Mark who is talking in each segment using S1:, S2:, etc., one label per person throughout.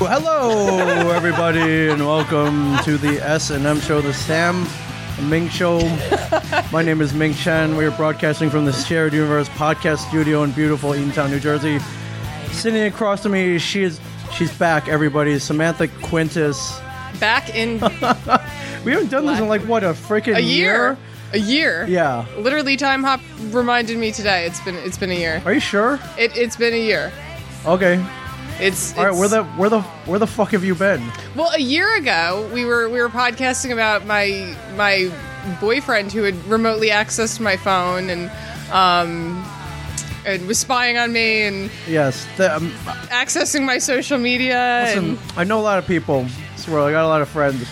S1: Well, hello, everybody, and welcome to the S and M Show, the Sam and Ming Show. My name is Ming Chen. We are broadcasting from the Shared Universe podcast studio in beautiful Eatontown, New Jersey. Sitting across from me, she is she's back. Everybody, Samantha Quintus.
S2: Back in
S1: We haven't done this in like what a freaking
S2: a year, a year.
S1: Yeah.
S2: Literally, time hop reminded me today. It's been it's been a year.
S1: Are you sure?
S2: It it's been a year.
S1: Okay.
S2: It's,
S1: All right.
S2: it's-
S1: Where the where the where the fuck have you been?
S2: well a year ago we were we were podcasting about my my boyfriend who had remotely accessed my phone and um and was spying on me and
S1: Yes. The, um,
S2: accessing my social media.
S1: listen, I know a lot of people. Swear, I got a lot of friends.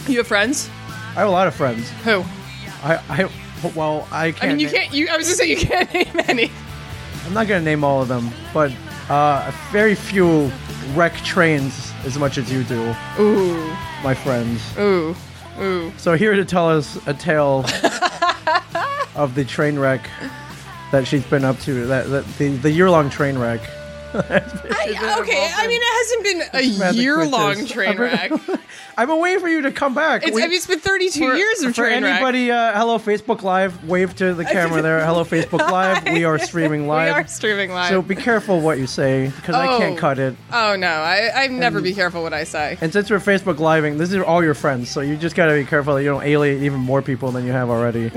S2: and you have friends?
S1: I have a lot of friends.
S2: Who?
S1: I, I well, I
S2: I
S1: can't.
S2: mean, you
S1: na-
S2: can't. You I was just saying you can't name any.
S1: I'm not gonna name all of them, but uh, very few wreck trains as much as you do,
S2: Ooh,
S1: my friends.
S2: ooh, ooh.
S1: So here to tell us a tale of the train wreck that she's been up to, that, that the, the year-long train wreck.
S2: I, okay, I mean, it hasn't been a
S1: Magic
S2: year long
S1: quizzes.
S2: train wreck.
S1: I've been waiting for you to come back.
S2: It's,
S1: We-
S2: I mean, it's been 32
S1: for-
S2: years of
S1: for
S2: train wreck.
S1: anybody, uh, hello Facebook Live, wave to the camera there. Hello Facebook Live, we are streaming
S2: We
S1: live.
S2: are streaming live.
S1: so be careful what you say because I can't
S2: Oh.
S1: cut it.
S2: oh no, I, I never be careful what I say.
S1: And since we're Facebook living, these are all your friends, so you just gotta be careful that you don't alienate even more people than you have already.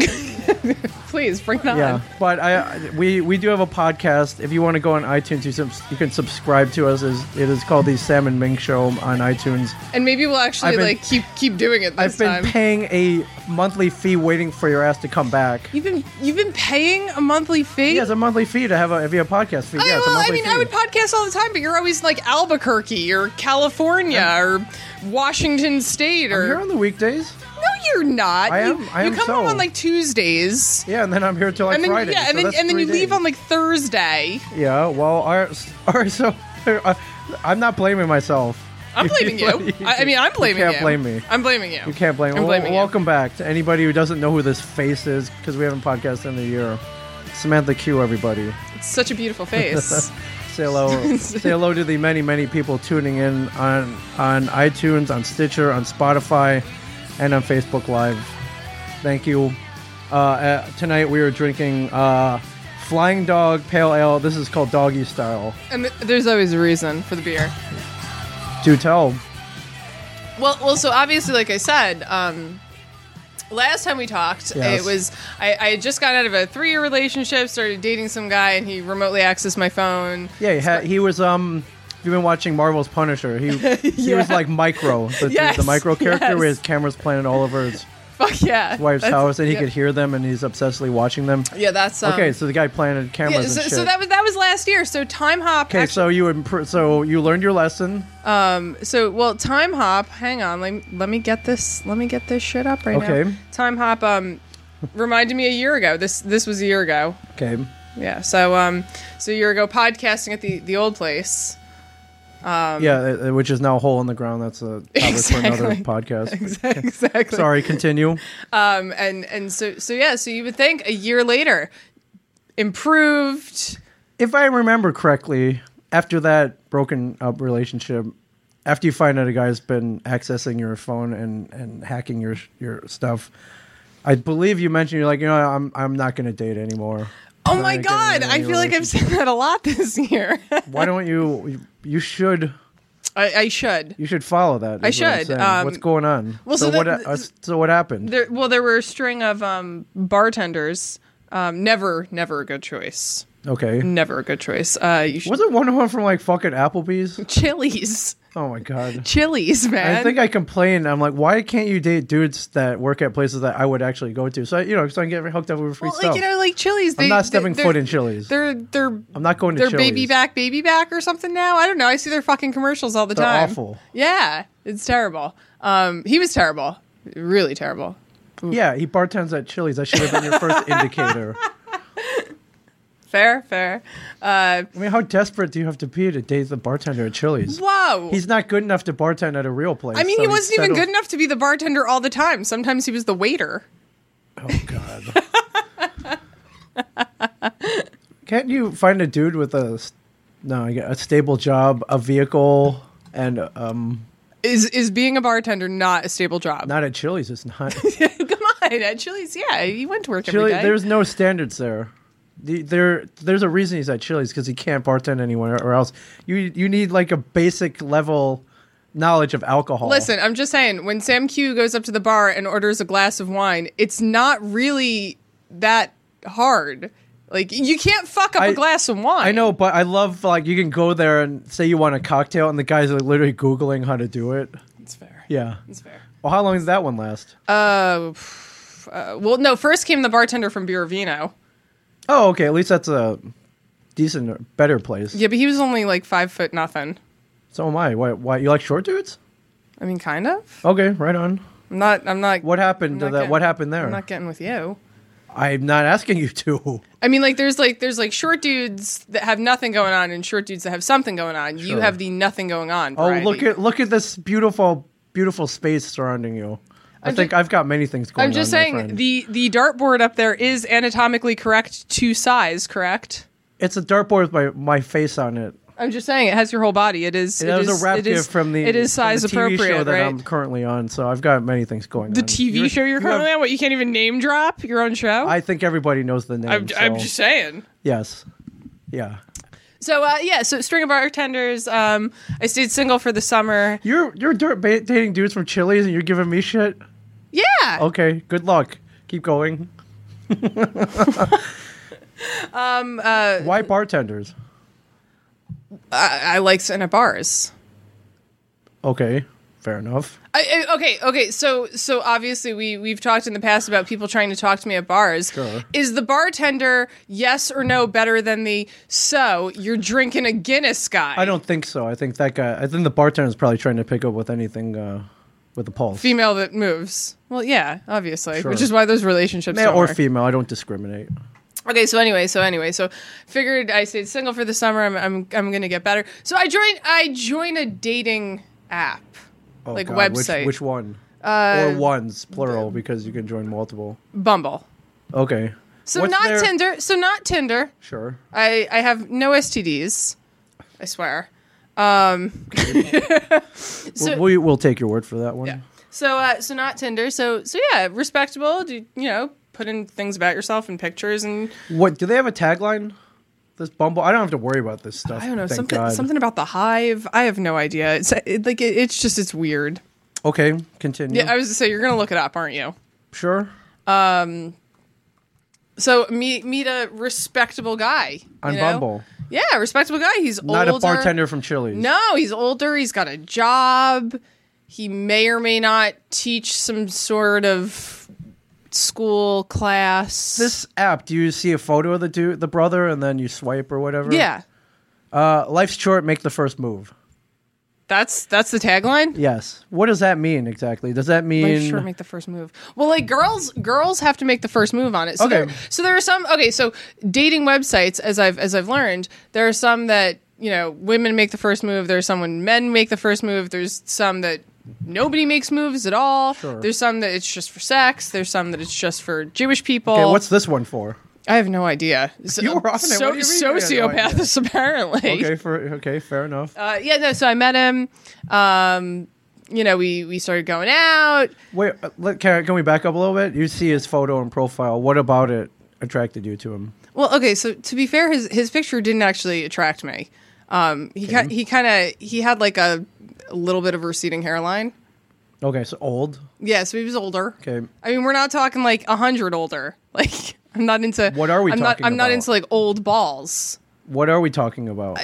S2: Please bring it on.
S1: yeah, but I we we do have a podcast. If you want to go on iTunes, you subs- you can subscribe to us. Is it is called the Sam and Ming Show on iTunes.
S2: And maybe we'll
S1: I've
S2: actually
S1: been-
S2: like keep keep doing it this
S1: I've been
S2: time.
S1: paying a monthly fee, waiting for your ass to come back.
S2: you've been you've been paying a monthly fee.
S1: Yeah, it's a monthly fee to have a via podcast fee.
S2: I,
S1: yeah, it's a
S2: well, I
S1: monthly
S2: mean,
S1: fee.
S2: I would podcast all the time, but you're always like Albuquerque or California or Washington State
S1: I'm here
S2: or.
S1: on the weekdays.
S2: no, you're not.
S1: I
S2: You-
S1: am- I
S2: you
S1: am
S2: come home
S1: so.
S2: on like Tuesdays.
S1: Yeah, and then I'm here till like
S2: and then
S1: Friday.
S2: yeah,
S1: so
S2: and then
S1: that's
S2: and then
S1: three
S2: you leave
S1: days.
S2: on like Thursday.
S1: Yeah, well, our, our, so uh, I'm not blaming myself.
S2: I'm blaming you. I, I mean, I'm blaming you.
S1: can't blame me.
S2: I'm blaming you.
S1: You can't blame.
S2: I'm
S1: well,
S2: blaming you.
S1: welcome back to anybody who doesn't know who this face is because we haven't podcasted in a year. Samantha Q, everybody.
S2: It's such a beautiful face.
S1: Say hello. say hello to the many, many people tuning in on on iTunes, on Stitcher, on Spotify, and on Facebook Live. Thank you. Uh, uh, tonight we are drinking uh, Flying Dog Pale Ale. This is called Doggy Style.
S2: and th- there's always a reason for the beer.
S1: Do tell.
S2: Well, well. So obviously, like I said, um, last time we talked,
S1: Yes.
S2: it was I, I had just got out of a three-year relationship, started dating some guy, and he remotely accessed my phone.
S1: Yeah, he, had, he was. Um, if you've been watching Marvel's Punisher, he he was like micro, the, the-
S2: Yes,
S1: the micro character where
S2: yes.
S1: his camera's planted all over his
S2: Fuck yeah.
S1: wife's
S2: That's-
S1: house, and he
S2: yeah.
S1: could hear them, and he's obsessively watching them.
S2: Yeah, that's um,
S1: okay, so the guy planted cameras
S2: yeah,
S1: and
S2: so,
S1: shit.
S2: so that was that was last year. So time hop.
S1: okay, so you impro- so you learned your lesson.
S2: um, So well, time hop. Hang on. Let, let me get this. Let me get this shit up right now.
S1: Okay.
S2: Time hop. Um, reminded me a year ago. This this was a year ago.
S1: Okay,
S2: Yeah. So um, so a year ago, podcasting at the the old place.
S1: yeah, uh, uh, which is now a hole in the ground. That's a topic for another
S2: Um, Exactly.
S1: podcast.
S2: exactly.
S1: Sorry, continue.
S2: Um, and and so so yeah. So you would think a year later, improved.
S1: If I remember correctly, after that broken up relationship, after you find out a guy's been accessing your phone and, and hacking your your stuff, I believe you mentioned you're like, you know, I'm I'm not going to date anymore.
S2: Oh
S1: Not
S2: my
S1: gonna get
S2: god!
S1: in
S2: I
S1: any
S2: feel like I've said that a lot this year.
S1: Why don't you you should
S2: I, I should.
S1: you should follow that? is
S2: I
S1: what I'm
S2: should,
S1: saying.
S2: um,
S1: What's going on?
S2: well, so
S1: what
S2: the-
S1: uh, so what happened?
S2: There, well, there were a string of um, bartenders. Um, never, never a good choice.
S1: okay.
S2: Never a good choice. Uh, you should
S1: Wasn't one of them from like fucking Applebee's?
S2: Chili's,
S1: Oh my god.
S2: Chili's, man.
S1: I think I complained. I'm like, why can't you date dudes that work at places that I would actually go to? So you know, so I can get hooked up with free
S2: well,
S1: stuff.
S2: like you know, like Chili's. They,
S1: I'm not
S2: they-
S1: stepping
S2: they're-
S1: foot in Chili's.
S2: They're they're
S1: I'm not going to
S2: they're
S1: Chili's.
S2: baby back, baby back, or something now. I don't know. I see their fucking commercials all the
S1: They're
S2: time.
S1: awful.
S2: Yeah, it's terrible. Um, he was terrible, really terrible.
S1: Yeah, he bartends at Chili's. That should have been your first indicator.
S2: Fair, fair. Uh,
S1: I mean, how desperate do you have to be to date the bartender at Chili's?
S2: whoa.
S1: He's not good enough to bartend at a real place.
S2: I mean,
S1: so
S2: he wasn't even good
S1: settled-
S2: enough to be the bartender all the time. Sometimes he was the waiter.
S1: Oh God. Oh, Can't you find a dude with a s- no, I got a stable job, a vehicle, and um,
S2: Is is being a bartender not a stable job?
S1: not at Chili's. It's not.
S2: Come on, at Chili's, yeah, you went to work
S1: Chili,
S2: every day.
S1: there's no standards there. The- There, there's a reason he's at Chili's because he can't bartend anywhere or else. You, you need like a basic level knowledge of alcohol.
S2: Listen, I'm just saying, when Sam Q goes up to the bar and orders a glass of wine, it's not really that hard. Like you can't fuck up a
S1: I-
S2: glass of wine.
S1: I know, but I love like you can go there and say you want a cocktail, and the guys are literally googling how to do it.
S2: it's fair.
S1: Yeah.
S2: it's fair.
S1: Well, how long does that one last?
S2: Uh, pff, uh, well, no. First came the bartender from Beer Vino.
S1: oh, okay. At least that's a decent, better place.
S2: Yeah, but he was only like five foot nothing.
S1: So am I. Why? Why you like short dudes?
S2: I mean, kind of.
S1: Okay, right on.
S2: I'm not. I'm not.
S1: What happened to
S2: not
S1: that?
S2: getting-
S1: what happened there?
S2: I'm not getting with you.
S1: I'm not asking you to.
S2: I mean, like there's like there's like short dudes that have nothing going on, and short dudes that have something going on. You
S1: Sure.
S2: have the nothing going on.
S1: Oh,
S2: variety.
S1: look at look at this beautiful beautiful space surrounding you. I
S2: I'm
S1: think
S2: ju-
S1: I've got many things going on.
S2: I'm just
S1: my
S2: saying
S1: friend.
S2: the the dartboard up there is anatomically correct to size, correct?
S1: it's a dartboard with my, my face on it.
S2: I'm just saying it has your whole body. It is.
S1: that
S2: it
S1: was
S2: is-
S1: a rap
S2: it
S1: gift
S2: is-
S1: from the
S2: It is
S1: from the
S2: size appropriate,
S1: TV show that
S2: right?
S1: I'm currently on, so I've got many things going
S2: the
S1: on.
S2: TV
S1: You're-
S2: show you're
S1: you
S2: currently
S1: have-
S2: on. What you can't even name drop your own show.
S1: I think everybody knows the name.
S2: I'm, I'm
S1: so-
S2: just saying.
S1: yes, yeah.
S2: So uh, yeah, so string of bartenders. Um, I stayed single for the summer.
S1: You're you're dirt ba- dating dudes from Chili's, and you're giving me shit.
S2: Yeah.
S1: Okay, good luck. Keep going.
S2: Um, uh,
S1: Why bartenders?
S2: I, I like sitting at bars.
S1: Okay, fair enough.
S2: I, I- okay, okay. So, so obviously, we we've talked in the past about people trying to talk to me at bars.
S1: Sure.
S2: Is the bartender yes or no better than the so you're drinking a Guinness guy?
S1: I don't think so. I think that guy. I think the bartender's probably trying to pick up with anything uh, with the pulse.
S2: female that moves. Well, yeah, obviously,
S1: Sure.
S2: which is why those relationships
S1: Male
S2: don't
S1: or
S2: work.
S1: female, I don't discriminate.
S2: Okay, so anyway, so anyway, so figured I stayed single for the summer. I'm I'm I'm gonna get better. So I joined I joined a dating app,
S1: Oh,
S2: Like
S1: God, which-
S2: website.
S1: Which, one?
S2: Uh,
S1: or ones, plural, because you can join multiple.
S2: Bumble.
S1: Okay.
S2: So
S1: What's
S2: not
S1: their-
S2: Tinder. So not Tinder.
S1: Sure.
S2: I I have no STDs. I swear. So-
S1: we'll, we, will take your word for that one.
S2: Yeah. So uh, so not Tinder. So so yeah, respectable. Do you know? Put in things about yourself and pictures and
S1: What do they have a tagline? This Bumble. I don't have to worry about this stuff.
S2: I don't know
S1: thank
S2: something
S1: God.
S2: something about the hive. I have no idea. It's it, like it, it's just it's weird.
S1: Okay, continue.
S2: Yeah, I was to say you're gonna look it up, aren't you?
S1: sure.
S2: So meet meet a respectable guy
S1: On
S2: you know?
S1: Bumble,
S2: Yeah, respectable guy. He's
S1: not
S2: older.
S1: a bartender from Chili's.
S2: No, he's older. He's got a job. He may or may not teach some sort of school class.
S1: This app, do you see a photo of the dude, the brother, and then you swipe or whatever?
S2: yeah,
S1: Uh, life's short. Make the first move.
S2: that's that's the tagline.
S1: Yes. What does that mean exactly? Does that mean?
S2: Like, sure, make the first move. Well, like girls, girls have to make the first move on it. So
S1: Okay.
S2: There, so there are some. Okay, so dating websites, as I've as I've learned, there are some that you know women make the first move. There's some when men make the first move. There's some that nobody makes moves at all.
S1: Sure.
S2: There's some that it's just for sex. There's some that it's just for Jewish people.
S1: okay, what's this one for?
S2: I have no idea. So,
S1: You were on it.
S2: So,
S1: What do you mean you had no idea?
S2: sociopaths apparently.
S1: Okay, for okay, fair enough.
S2: Uh, yeah. No. So I met him. Um, you know, we we started going out.
S1: Wait, uh, let, can, I- can we back up a little bit? You see his photo and profile. What about it attracted you to him?
S2: Well, okay. So to be fair, his his picture didn't actually attract me. Um, he ki- he kind of he had like a, a little bit of receding hairline.
S1: Okay, so old.
S2: Yeah, so he was older.
S1: Okay,
S2: I mean, we're not talking like a hundred older. Like I'm not into
S1: What are we
S2: I'm
S1: talking
S2: not, I'm not
S1: about?
S2: into like old balls.
S1: what are we talking about?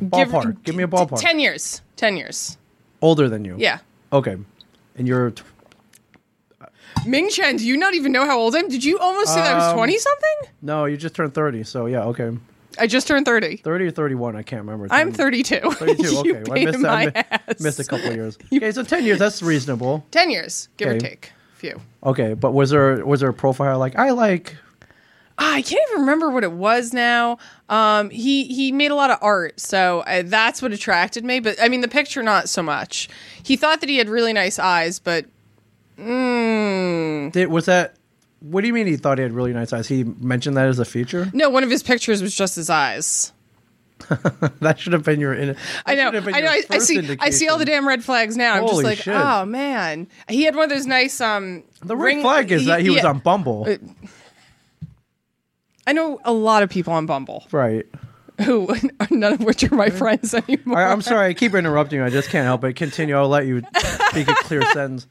S1: ballpark. Give, me a
S2: Uh, T-
S1: ballpark.
S2: Ten years. Ten years.
S1: Older than you.
S2: Yeah.
S1: Okay, and you're. T-
S2: Ming Chen, do you not even know how old I'm? Did you almost say that I was
S1: Um,
S2: twenty something?
S1: no, you just turned thirty. So yeah, okay,
S2: I just turned thirty.
S1: thirty or thirty-one. I can't remember.
S2: I'm
S1: Ten-
S2: thirty-two.
S1: 32.
S2: you
S1: Okay, well, I
S2: paid
S1: missed, that-
S2: my
S1: I mi-
S2: ass.
S1: missed a couple years. Okay, so ten years. That's reasonable.
S2: Ten years, give or
S1: Okay.
S2: take. Few.
S1: Okay, but was there was there a profile like I like?
S2: Ah, I can't even remember what it was now. Um, he he made a lot of art, so uh that's what attracted me. But I mean, the picture not so much. He thought that he had really nice eyes, but mm,
S1: Did, was that? What do you mean? He thought he had really nice eyes. He mentioned that as a feature.
S2: no, one of his pictures was just his eyes.
S1: that should have been your. In-
S2: I know.
S1: that should have
S2: I
S1: been
S2: know.
S1: your
S2: I, I
S1: first
S2: see. I see all the
S1: indication.
S2: damn red flags now. I'm
S1: Holy
S2: just like,
S1: shit.
S2: oh man, he had one of those nice. Um,
S1: The red
S2: ring-
S1: flag is that he was
S2: yeah.
S1: on Bumble,
S2: Uh, I know a lot of people on Bumble
S1: right?
S2: who none of which are my friends anymore.
S1: I, I'm sorry, I keep interrupting you. I just can't help it. Continue. I'll let you speak a clear sentence.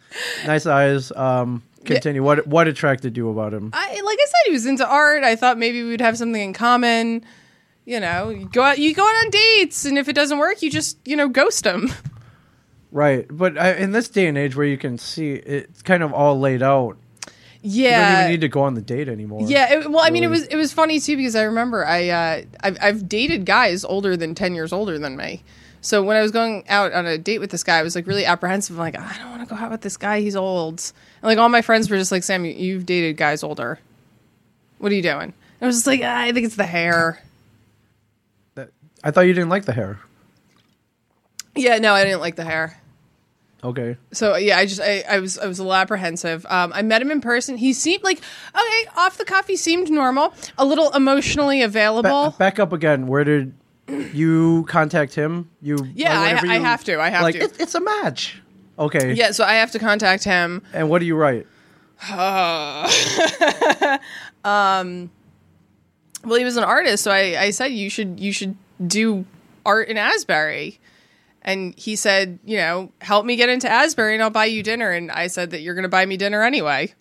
S1: Nice eyes. Um, continue. What what attracted you about him?
S2: I like I said, he was into art. I thought maybe we would have something in common. You know, you go out, you go out on dates, and if it doesn't work, you just you know ghost him.
S1: Right, but I, in this day and age where you can see it's kind of all laid out, you don't
S2: Yeah,
S1: even need to go on the date anymore.
S2: yeah. It, well, I mean, it
S1: really.
S2: was it was funny too because I remember I uh, I've, I've dated guys older than ten years older than me. So when I was going out on a date with this guy, I was like really apprehensive. I'm like, I don't want to go out with this guy. He's old. And like all my friends were just like, Sam, you, you've dated guys older. What are you doing? And I was just like, "Ah, I think it's the hair.
S1: That- I thought you didn't like the hair.
S2: Yeah, no, I didn't like the hair.
S1: Okay,
S2: So yeah, I just I, I was I was a little apprehensive. Um, I met him in person. He seemed like okay, off the cuff. He seemed normal, a little emotionally
S1: Ba-
S2: available.
S1: back up again. Where did you contact him? You
S2: Yeah, I-
S1: whenever
S2: I have to, I have
S1: like,
S2: to.
S1: It, it's a match. Okay.
S2: yeah, so I have to contact him.
S1: And what do you write?
S2: Well, he was an artist, so I, I said you should you should do art in Asbury, and he said you know help me get into Asbury and I'll buy you dinner. And I said that you're going to buy me dinner anyway.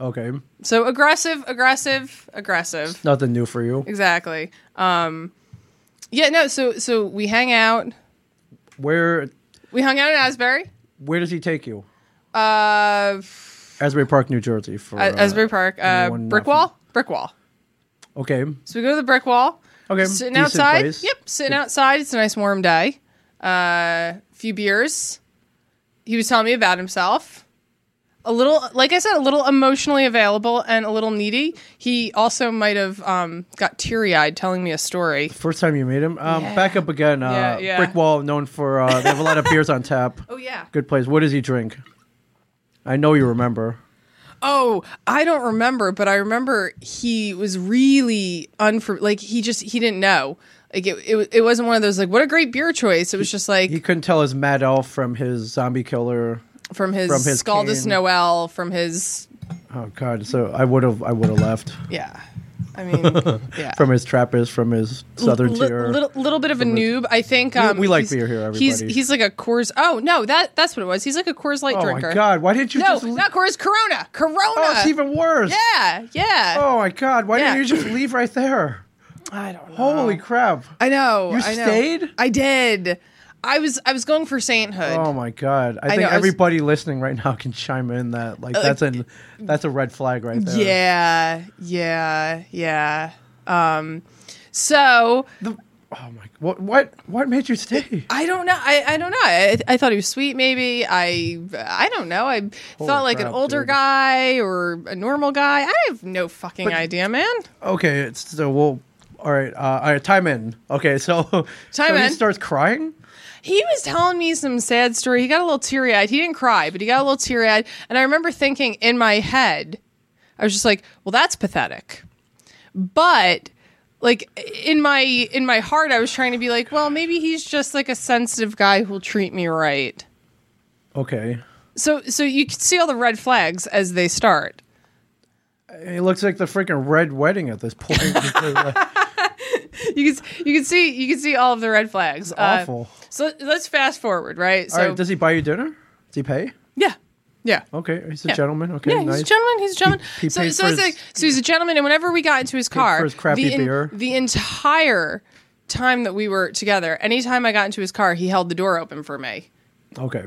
S1: Okay,
S2: So aggressive, aggressive, aggressive.
S1: nothing new for you.
S2: Exactly. Um, yeah, no. So so we hang out.
S1: Where
S2: We hung out in Asbury.
S1: where does he take you?
S2: Uh,
S1: Asbury Park, New Jersey. For
S2: A-
S1: uh,
S2: Asbury Park. Uh,
S1: anyone
S2: brick
S1: not
S2: wall. Brick wall.
S1: Okay.
S2: So we go to the brick wall.
S1: Okay.
S2: Sitting
S1: decent
S2: outside.
S1: place.
S2: Yep. Sitting outside. It's a nice warm day. A few beers. He was telling me about himself. A little, like I said, a little emotionally available and a little needy. He also might have um, got teary eyed telling me a story.
S1: First time you meet him. Um,
S2: Yeah.
S1: Back up again. Uh,
S2: Yeah, yeah.
S1: Brick Wall, known for uh, they have a lot of beers on tap.
S2: Oh, yeah.
S1: Good place. What does he drink? I know you remember.
S2: Oh, I don't remember, but I remember he was really unfor like he just he didn't know. Like it, it, it wasn't one of those like what a great beer choice. It was just like
S1: He couldn't tell his Mad Elf from his Zombie Killer.
S2: from his,
S1: from his
S2: Scaldus
S1: cane.
S2: Noel, from his
S1: Oh God! So I would have, I would have left
S2: yeah. I mean, yeah.
S1: from his Trappist, from his Southern
S2: Li-
S1: Tier.
S2: little, little bit of a noob, I think. Um,
S1: we like
S2: he's-
S1: beer here,
S2: He's
S1: everybody.
S2: he's like a Coors. Oh no, that that's what it was. He's like a Coors Light
S1: oh
S2: drinker.
S1: my God! Why didn't you
S2: No,
S1: just? leave?
S2: not Coors. Corona. Corona.
S1: oh, it's even worse.
S2: yeah, yeah.
S1: Oh my God! Why
S2: Yeah. Oh.
S1: didn't you just leave right there?
S2: I don't know.
S1: Oh, Holy crap!
S2: I know.
S1: You
S2: I know.
S1: stayed?
S2: I did. I was I was going for sainthood.
S1: Oh my God! I, think
S2: know, I was- Uh,
S1: everybody listening right now can chime in that like that's an that's a red flag right there.
S2: yeah, yeah, yeah. Um, so
S1: The- oh my! What what what made you stay?
S2: I don't know. I, I don't know. I, I thought he was sweet. Maybe I I don't know. I thought like an
S1: crap,
S2: older
S1: dude.
S2: guy or a normal guy. I have no fucking idea, man.
S1: Okay, it's, so we'll. All right, uh, all right. Time in. Okay, so time so He
S2: in.
S1: starts crying.
S2: He was telling me some sad story. He got a little teary eyed. He didn't cry, but he got a little teary eyed. And I remember thinking in my head, I was just like, well, that's pathetic. But like in my in my heart, I was trying to be like, well, maybe he's just like a sensitive guy who'll treat me right.
S1: Okay,
S2: So so you can see all the red flags as they start.
S1: it looks like the freaking red wedding at this point. It's
S2: You can you can see you can see all of the red flags. Uh,
S1: awful.
S2: so let's fast forward, right? So
S1: all right, does he buy you dinner? Does he pay?
S2: yeah, yeah.
S1: Okay, he's a gentleman. Okay,
S2: Yeah, he's a
S1: nice.
S2: gentleman. He's a gentleman.
S1: he
S2: so,
S1: paid
S2: so,
S1: for
S2: it's
S1: his-
S2: like, so he's a gentleman. And whenever we got into his car,
S1: for his crappy
S2: the, en-
S1: beer.
S2: the entire time that we were together, anytime I got into his car, he held the door open for me.
S1: okay,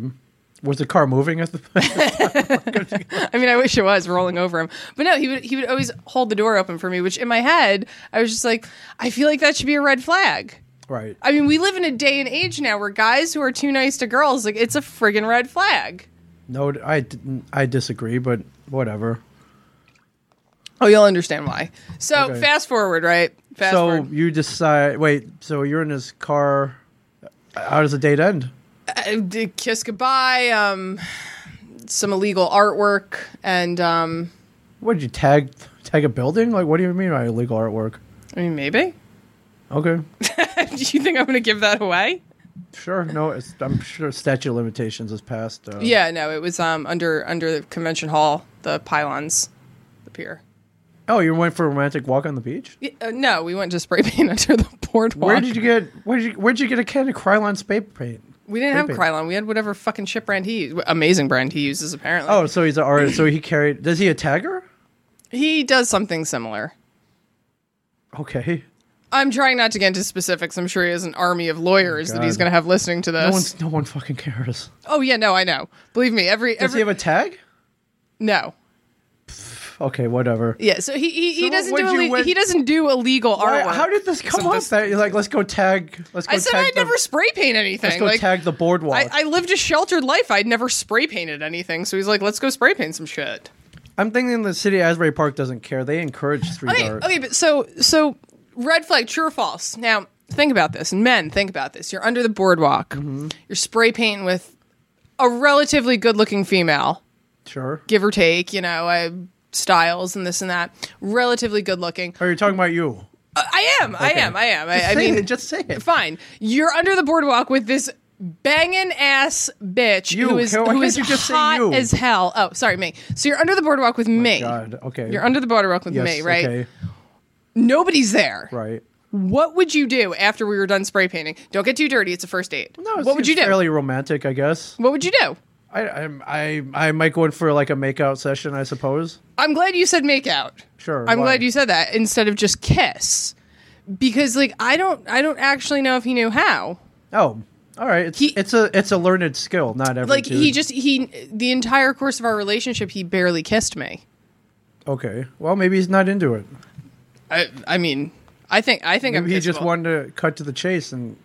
S1: was the car moving at the?
S2: I mean, I wish it was rolling over him, but no, he would he would always hold the door open for me. Which in my head, I was just like, I feel like that should be a red flag.
S1: right.
S2: I mean, we live in a day and age now where guys who are too nice to girls, like it's a friggin' red flag.
S1: No, I didn't- I disagree, but whatever.
S2: Oh, you'll understand why. So
S1: Okay.
S2: fast forward, right? Fast
S1: so
S2: forward.
S1: you decide. Wait. So you're in his car. uh, How does the date end?
S2: I Uh, did kiss goodbye, um, some illegal artwork, and um,
S1: What did you tag? Tag a building? Like, what do you mean by illegal artwork?
S2: I mean, maybe.
S1: Okay.
S2: Do you think I'm going to give that away?
S1: Sure. No, it's, I'm sure statute of limitations has passed. Uh,
S2: Yeah, no, it was um under under the convention hall, the pylons, the pier.
S1: Oh, you went for a romantic walk on the beach.
S2: Y- uh, no, we went to spray paint under the boardwalk.
S1: Where did you get? Where did you? Where'd you get a can of Krylon spray paint?
S2: we didn't have
S1: paint?
S2: Krylon. We had whatever fucking shit brand he amazing brand he uses apparently.
S1: Oh, so he's an artist. so he carried. Does he a tagger?
S2: He does something similar.
S1: Okay.
S2: I'm trying not to get into specifics. I'm sure he has an army of lawyers that he's
S1: God.
S2: going to have listening to
S1: No
S2: this.
S1: one's. No one fucking cares.
S2: oh yeah, no, I know. Believe me, every
S1: Does he
S2: every
S1: have a tag?
S2: no.
S1: Okay, whatever.
S2: Yeah, so he he, he
S1: So
S2: doesn't
S1: what
S2: do
S1: would you
S2: ille-
S1: win-
S2: he doesn't do illegal
S1: Why-
S2: artwork.
S1: how did this come
S2: So
S1: up?
S2: this-
S1: That you're like, let's go tag. Let's go.
S2: I said
S1: tag
S2: I'd
S1: the,
S2: never spray paint anything.
S1: Let's go
S2: like,
S1: tag the boardwalk.
S2: I, I lived a sheltered life. I'd never spray painted anything. So he's like, let's go spray paint some shit.
S1: I'm thinking the city of Asbury Park doesn't care. They encourage street
S2: Okay,
S1: art.
S2: okay, but so so red flag, true or false? Now think about this, and men think about this. You're under the boardwalk.
S1: Mm-hmm.
S2: You're spray painting with a relatively good looking female,
S1: Sure.
S2: give or take. You know, uh, styles and this and that. Relatively good looking.
S1: Are you Oh, talking about you?
S2: Uh, I am. I am. I am. I, I
S1: say
S2: mean,
S1: it, just say it.
S2: fine. You're under the boardwalk with this banging ass bitch
S1: You,
S2: who is
S1: Carol, why
S2: who
S1: can't
S2: is
S1: you just say
S2: hot
S1: you?
S2: as hell. Oh, sorry, me. So you're under the boardwalk with me.
S1: God. Okay.
S2: You're under the boardwalk with
S1: yes,
S2: me, right?
S1: Okay.
S2: Nobody's there.
S1: Right.
S2: What would you do after we were done spray painting? Don't get too dirty. It's a first date.
S1: No, it
S2: what would
S1: seems
S2: you do?
S1: Fairly romantic, I guess.
S2: What would you do?
S1: I, I'm- I, I, might go in for like a makeout session, I suppose.
S2: I'm glad you said make out.
S1: Sure,
S2: I'm
S1: why?
S2: glad you said that instead of just kiss. Because like I don't I don't actually know if he knew how.
S1: Oh, all right. It's,
S2: He-
S1: it's a, it's a learned skill. Not every
S2: Like
S1: dude-
S2: he just he the entire course of our relationship he barely kissed me.
S1: Okay. Well, maybe he's not into it.
S2: I, I mean, I think I think I'm
S1: Maybe he just
S2: kissable.
S1: wanted to cut to the chase and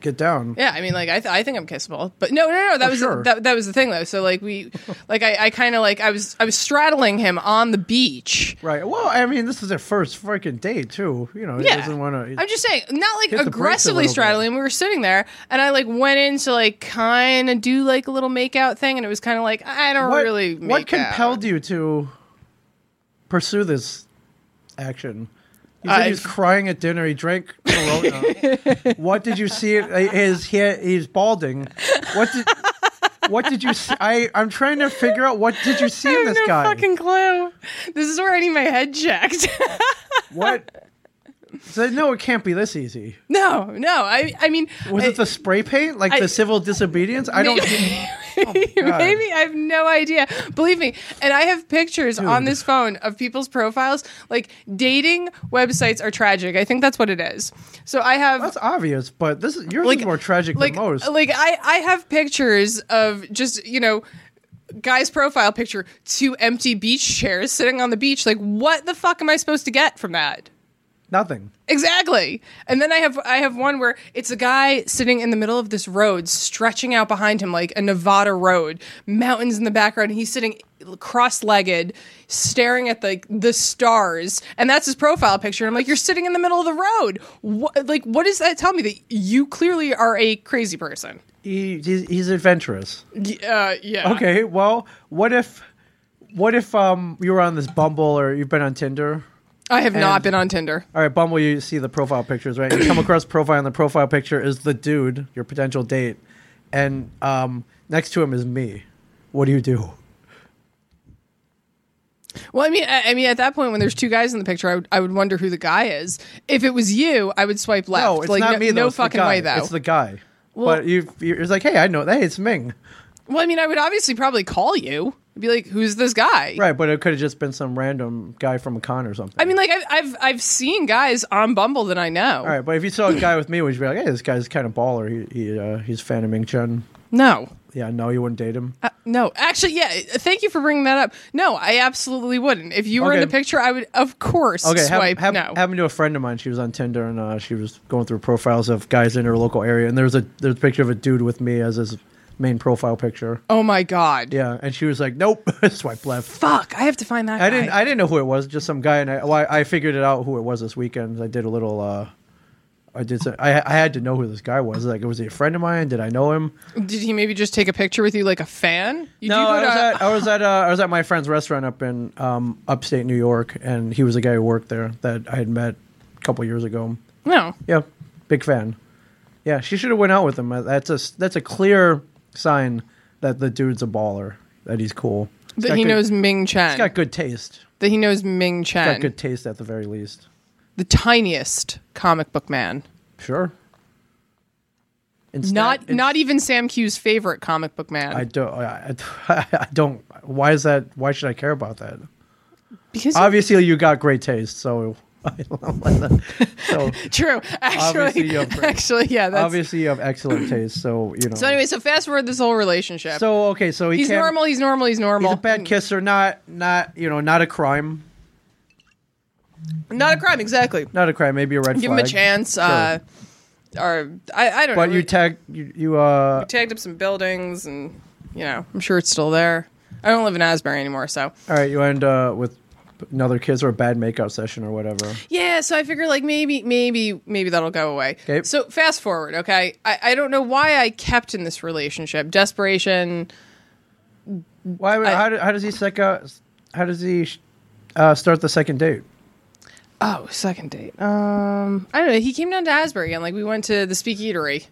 S1: get down.
S2: Yeah, I mean, like I, th- I think I'm kissable, but no, no, no. That was
S1: Oh, sure.
S2: that, that was the thing though. So like we, like I, I kind of like I was I was straddling him on the beach.
S1: Right. Well, I mean, this is their first freaking date too. You know, he
S2: Yeah,
S1: doesn't want
S2: I'm
S1: to.
S2: just saying, not
S1: Hit
S2: like
S1: the brakes a
S2: aggressively
S1: little bit.
S2: straddling. We were sitting there, and I like went in to like kind of do like a little makeout thing, and it was kind of like I don't
S1: What,
S2: really. Make
S1: what compelled
S2: out.
S1: you to pursue this action? He
S2: I-
S1: said he was crying at dinner. He drank Corona. what did you see? Is he? He's balding. What did? What did you see? I I'm trying to figure out what did you see
S2: I
S1: in
S2: have
S1: this
S2: no
S1: guy?
S2: fucking clue. This is where I need my head checked.
S1: What? So, no, it can't be this easy.
S2: no, no. I I mean,
S1: Was
S2: I-
S1: it the spray paint, like
S2: I-
S1: the civil disobedience? I don't. Oh God.
S2: Maybe I have no idea. Believe me, and I have pictures on this phone of people's profiles. Like dating websites are tragic. I think that's what it is. So I have
S1: That's obvious, but this is yours is more tragic
S2: like uh,
S1: than most.
S2: like I I have pictures of just you know guy's profile picture two empty beach chairs sitting on the beach. Like what the fuck am I supposed to get from that?
S1: Nothing.
S2: Exactly. And then I have I have one where it's a guy sitting in the middle of this road, stretching out behind him like a Nevada road, mountains in the background, and he's sitting cross-legged, staring at the the stars, and that's his profile picture. And I'm like, you're sitting in the middle of the road. What, like, what does that tell me that you clearly are a crazy person?
S1: He, he's, he's adventurous.
S2: Y- Uh, yeah.
S1: Okay, well, what if, what if um you were on this Bumble or you've been on Tinder?
S2: I have not
S1: And-
S2: been on Tinder.
S1: All right, Bumble, you see the profile pictures, right? You come across profile, and the profile picture is the dude, your potential date, and um next to him is me. What do you do?
S2: Well, I mean, I, I mean, at that point, when there's two guys in the picture, I would, I would wonder who the guy is. If it was you, I would swipe left.
S1: No, it's
S2: like,
S1: not
S2: no,
S1: me. Though.
S2: no
S1: it's the
S2: fucking
S1: guy.
S2: way, though.
S1: It's the guy. but you, you, it's like, hey, I know. Hey, it's Ming.
S2: Well, I mean, I would obviously probably call you. I'd be like, "Who's this guy?"
S1: Right, but it could have just been some random guy from a con or something.
S2: I mean, like I've I've I've seen guys on Bumble that I know.
S1: All right, but if you saw a guy with me, would you be like, "Hey, this guy's kind of baller. He, he uh, he's a fan of Ming Chen."
S2: No,
S1: Yeah, no, you wouldn't date him.
S2: Uh, no, actually, yeah. Thank you for bringing that up. No, I absolutely wouldn't. If you were in
S1: Okay.
S2: the picture, I would, of course,
S1: Okay,
S2: swipe
S1: hap- hap-
S2: no.
S1: happened to a friend of mine. She was on Tinder and uh, she was going through profiles of guys in her local area, and there's a there's a picture of a dude with me as his main profile picture.
S2: oh my god.
S1: Yeah, and she was like, "Nope, swipe left."
S2: Fuck! I have to find that.
S1: I
S2: guy.
S1: didn't I didn't know who it was, just some guy, and I well, I, I figured it out who it was this weekend. I did a little. uh I did. Some, I I had to know who this guy was. Like, was he a friend of mine? Did I know him?
S2: Did he maybe just take a picture with you like a fan? You
S1: No,
S2: do go
S1: I was,
S2: to-
S1: at, I was at uh, I was at my friend's restaurant up in um, upstate New York, and he was a guy who worked there that I had met a couple years ago.
S2: No.
S1: Yeah, big fan. Yeah, she should have went out with him. That's a that's a clear sign that the dude's a baller. That he's cool. He's
S2: That
S1: got
S2: he
S1: good-
S2: knows Ming
S1: He's
S2: Chen.
S1: got good taste.
S2: that he knows Ming
S1: Got
S2: Chen.
S1: good taste at the very least.
S2: the tiniest comic book man.
S1: Sure. Instead-
S2: Not
S1: in-
S2: not even Sam Q's favorite comic book man.
S1: I don't. I, I I don't. Why is that? Why should I care about that?
S2: because
S1: Obviously, you got great taste, so I don't like that. So
S2: true.
S1: Obviously,
S2: Actually,
S1: you have great-
S2: actually, yeah. That's
S1: obviously, you have excellent taste. So you know.
S2: so. Anyway, so fast forward this whole relationship.
S1: So, okay, so he
S2: he's
S1: can't,
S2: normal. He's normal. He's normal.
S1: He's a bad kisser. Not not you know not a crime.
S2: Not a crime, exactly.
S1: Not a crime. Maybe a red
S2: Give
S1: flag.
S2: him a chance. Uh, or I, I don't
S1: But
S2: know.
S1: you tag you, you uh.
S2: tagged up some buildings, and you know, I'm sure it's still there. I don't live in Asbury anymore, so
S1: All right, you end uh with another kiss or a bad makeout session or whatever.
S2: Yeah, so I figure like maybe, maybe, maybe that'll go away.
S1: Okay.
S2: So fast forward, okay? I, I don't know why I kept in this relationship. Desperation.
S1: Why? would how, do, how does he sec out? How does he uh, start the second date?
S2: Oh, second date. Um, I don't know. He came down to Asbury and like we went to the Speakeatery.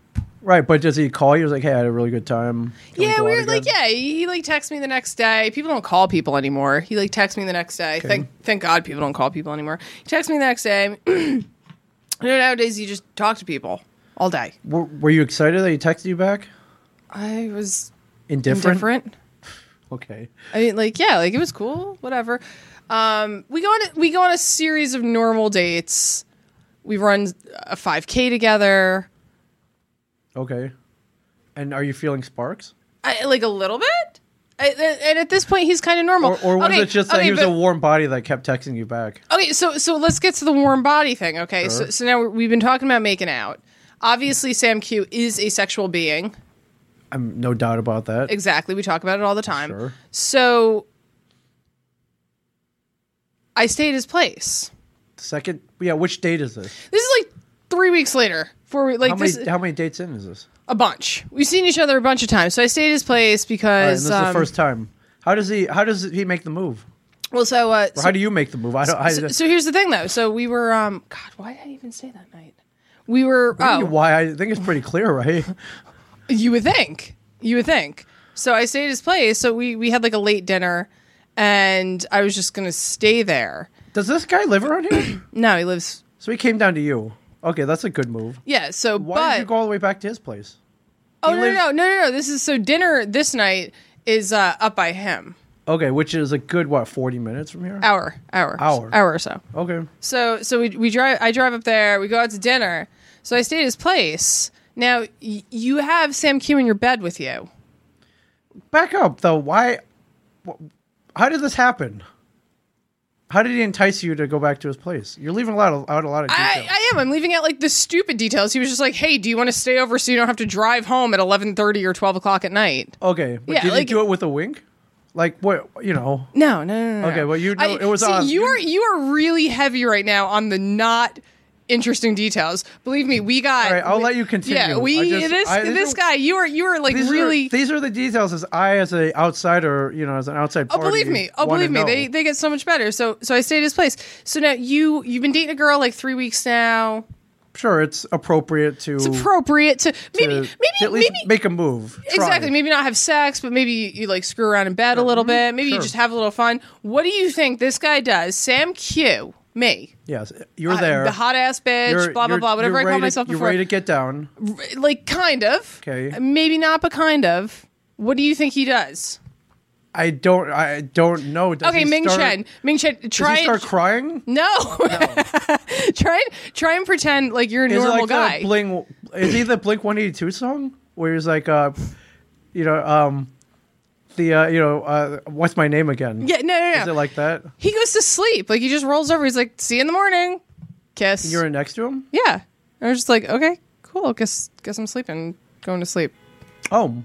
S1: Right, but does he call you? He's like, hey, I had a really good time. Can
S2: yeah,
S1: go
S2: we
S1: out
S2: were like,
S1: again?"
S2: yeah. He, he like texts me the next day. People don't call people anymore. He like texts me the next day. Thank thank God people don't call people anymore. He texts me the next day. you know, nowadays you just talk to people all day.
S1: Were, were you excited that he texted you back?
S2: I was
S1: Indifferent.
S2: indifferent.
S1: Okay.
S2: I mean, like, yeah, like it was cool, whatever. Um, we go on a, we go on a series of normal dates. We run a 5K together,
S1: Okay. And are you feeling sparks?
S2: I, like a little bit. I, and at this point, he's kind of normal.
S1: Or, or was
S2: Oh, Okay,
S1: it just that
S2: okay,
S1: he was
S2: but-
S1: a warm body that kept texting you back?
S2: Okay, so so let's get to the warm body thing. Okay, so
S1: Sure.
S2: so now we've been talking about making out. Obviously, Sam Q is a sexual being.
S1: I'm no doubt about that.
S2: Exactly, we talk about it all the time.
S1: Sure.
S2: So I stay at his place.
S1: Second, yeah. Which date is this?
S2: This is like three weeks later. Four we- like
S1: How
S2: this
S1: many how many dates in is this?
S2: a bunch. We've seen each other a bunch of times. So I stayed at his place
S1: All right, and
S2: because
S1: this is the
S2: um,
S1: first time. How does he how does he make the move?
S2: well, so uh,
S1: Or
S2: so,
S1: how do you make the move? I don't. I,
S2: so, so here's the thing though. So we were um God, why did I even stay that night? We were
S1: I don't
S2: oh
S1: know why I think it's pretty clear, right?
S2: you would think you would think. So I stayed at his place. So we we had like a late dinner, and I was just gonna stay there.
S1: Does this guy live around here?
S2: No, he lives
S1: so he came down to you. Okay, that's a good move.
S2: yeah. So
S1: Why
S2: but
S1: did you go all the way back to his place?
S2: oh
S1: he
S2: no,
S1: lives-
S2: no no no no no this is so dinner this night is uh, up by him
S1: Okay, which is a good what forty minutes from here.
S2: hour hour
S1: Hour.
S2: hour or so.
S1: Okay,
S2: So so we we drive. I drive up there. We go out to dinner. So I stay at his place. Now y- you have Sam Q in your bed with you.
S1: back up though. Why? wh- How did this happen? How did he entice you to go back to his place? You're leaving a lot of, out a lot of detail.
S2: I, I am. I'm leaving out like the stupid details. He was just like, "Hey, do you want to stay over so you don't have to drive home at 11:30 or 12 o'clock at night?"
S1: okay, but
S2: Yeah,
S1: did he
S2: like-
S1: do it with a wink? Like what? You know,
S2: No, no, no, no. no.
S1: Okay, well, you know-
S2: I-
S1: it was
S2: see,
S1: on-
S2: You
S1: you-
S2: are you are really heavy right now on the not interesting details. Believe me, we got.
S1: All right, I'll
S2: we-
S1: let you continue.
S2: Yeah,
S1: I
S2: we
S1: just-
S2: this
S1: I- these
S2: this
S1: are-
S2: guy. You are you are like
S1: These
S2: really.
S1: are, these are the details. As I, as an outsider, you know, as an outside
S2: Oh,
S1: party,
S2: believe me. Oh,
S1: wanna
S2: believe me.
S1: know.
S2: They they get so much better. So so I stayed at his place. So now you you've been dating a girl like three weeks now.
S1: sure, it's appropriate to,
S2: It's appropriate to maybe
S1: to
S2: maybe
S1: at least
S2: maybe
S1: make a move. Try.
S2: exactly maybe not have sex, but maybe you, you, like screw around in bed a little bit. Maybe
S1: Sure.
S2: you just have a little fun. What do you think this guy does? Sam Q, me,
S1: Yes, you're there.
S2: the hot ass bitch,
S1: You're-
S2: blah blah
S1: you're-
S2: blah, whatever
S1: you're
S2: I call
S1: ready to-
S2: myself
S1: You're
S2: before,
S1: ready to get down.
S2: like kind of, Uh,
S1: Okay.
S2: maybe not, but kind of. What do you think he does?
S1: I don't. I don't know. Does
S2: okay,
S1: he
S2: Ming
S1: start,
S2: Chen, Ming Chen,
S1: Does
S2: try
S1: he start
S2: and
S1: crying?
S2: No. try and try and pretend like you're a
S1: Is it
S2: normal
S1: like
S2: guy.
S1: The Blink, is he the Blink One Eighty Two song where he's like, uh, you know, um, the uh, you know, uh, what's my name again?
S2: yeah, no, no,
S1: Is
S2: no.
S1: it like that?
S2: he goes to sleep. Like he just rolls over. He's like, "See you in the morning." Kiss.
S1: You're next to him.
S2: yeah. I was just like, "Okay, cool. Guess guess I'm sleeping. Going to sleep."
S1: Oh,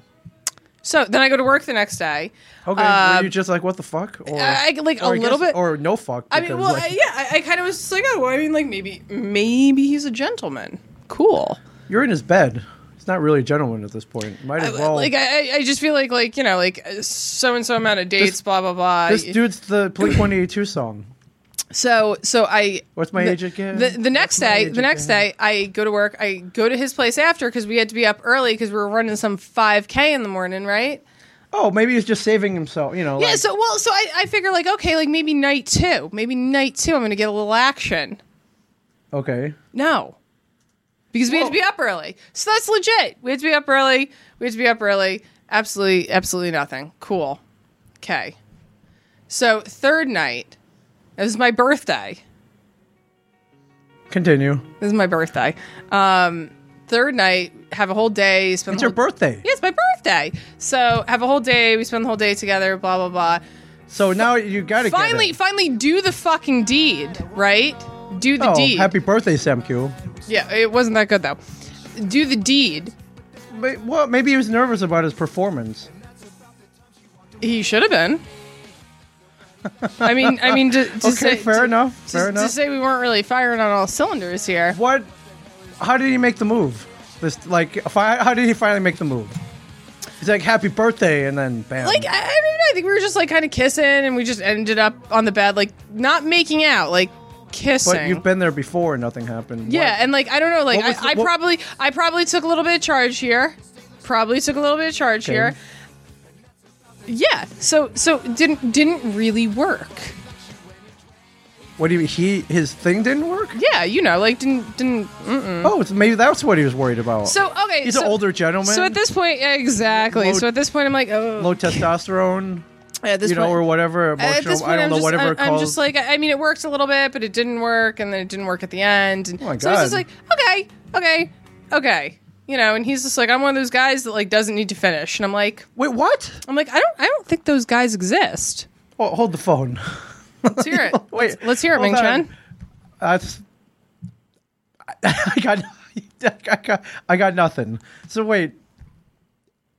S2: So then I go to work the next day.
S1: okay.
S2: Uh,
S1: were you just like, what the fuck? Or
S2: I, I- like
S1: or
S2: a
S1: I
S2: little
S1: guess-
S2: bit.
S1: or no fuck.
S2: I mean,
S1: because,
S2: well,
S1: like,
S2: I, yeah. I, I kind of was just like, "Oh, well, I mean, like maybe maybe he's a gentleman." Cool.
S1: you're in his bed. He's not really a gentleman at this point. Might as well.
S2: like I, I- I just feel like like uh, you know like so and so amount of dates, blah blah blah.
S1: this dude's the Blink One Eighty Two song.
S2: So so I
S1: What's my
S2: the,
S1: age again?
S2: The, the next
S1: What's my
S2: day,
S1: age
S2: the next
S1: again?
S2: day, I go to work. I go to his place after because we had to be up early because we were running some five k in the morning, right?
S1: Oh, maybe he's just saving himself. You know.
S2: Yeah.
S1: like-
S2: So well, so I, I figure like okay, like maybe night two, maybe night two, I'm gonna get a little action.
S1: okay.
S2: No, because we had to be up early. So that's legit. We had to be up early. We had to be up early. Absolutely, absolutely nothing. Cool. Okay. So third night, it was my birthday.
S1: Continue.
S2: This is my birthday. Um, third night, have a whole day. Spend
S1: It's
S2: the
S1: your
S2: whole-
S1: birthday.
S2: Yeah, it's my birthday. So have a whole day. We spend the whole day together. Blah blah blah.
S1: So now you got to
S2: Finally, finally, do the fucking deed, right? Do the
S1: Oh,
S2: deed.
S1: happy birthday, Sam Q.
S2: yeah, it wasn't that good though. Do the deed.
S1: But, well, maybe he was nervous about his performance.
S2: He should have been. I mean, I mean, to, to
S1: Okay,
S2: say,
S1: fair
S2: to-
S1: enough,
S2: to-
S1: fair
S2: to
S1: enough.
S2: say we weren't really firing on all cylinders here.
S1: What? How did he make the move? This like, fi- how did he finally make the move? He's like, "Happy birthday," and then bam.
S2: like I, I mean, I think we were just like kind of kissing, and we just ended up on the bed, like not making out, like kissing.
S1: but you've been there before, and nothing happened.
S2: yeah,
S1: What?
S2: and like I don't know, like
S1: What
S2: I,
S1: was the-
S2: I
S1: what-
S2: probably, I probably took a little bit of charge here, probably took a little bit of charge
S1: Okay.
S2: here. Yeah, so so it didn't didn't really work.
S1: What do you? He his thing didn't work.
S2: Yeah, you know, like didn't didn't. Mm-mm.
S1: Oh, it's, maybe that's what he was worried about.
S2: Mm-hmm. So okay,
S1: he's
S2: so,
S1: an older gentleman.
S2: So at this point, yeah, exactly.
S1: Low-
S2: so at this point, I'm like, oh,
S1: low testosterone,
S2: at this
S1: you know,
S2: point,
S1: or whatever.
S2: at
S1: Emotional.
S2: this point,
S1: I don't
S2: am
S1: know
S2: just,
S1: whatever
S2: I'm,
S1: it calls.
S2: I'm just like, I I mean, it worked a little bit, but it didn't work, and then it didn't work at the end. And
S1: Oh my
S2: so it's just
S1: God.
S2: like, okay, okay, okay, you know. And he's just like, I'm one of those guys that like doesn't need to finish, and I'm like,
S1: Wait, what?
S2: I'm like, I don't, I don't think those guys exist.
S1: Oh, hold the phone.
S2: Let's hear it.
S1: Wait,
S2: let's, let's hear it,
S1: hold
S2: Ming
S1: on.
S2: Chen.
S1: That's. I got, I got, I got nothing. So wait,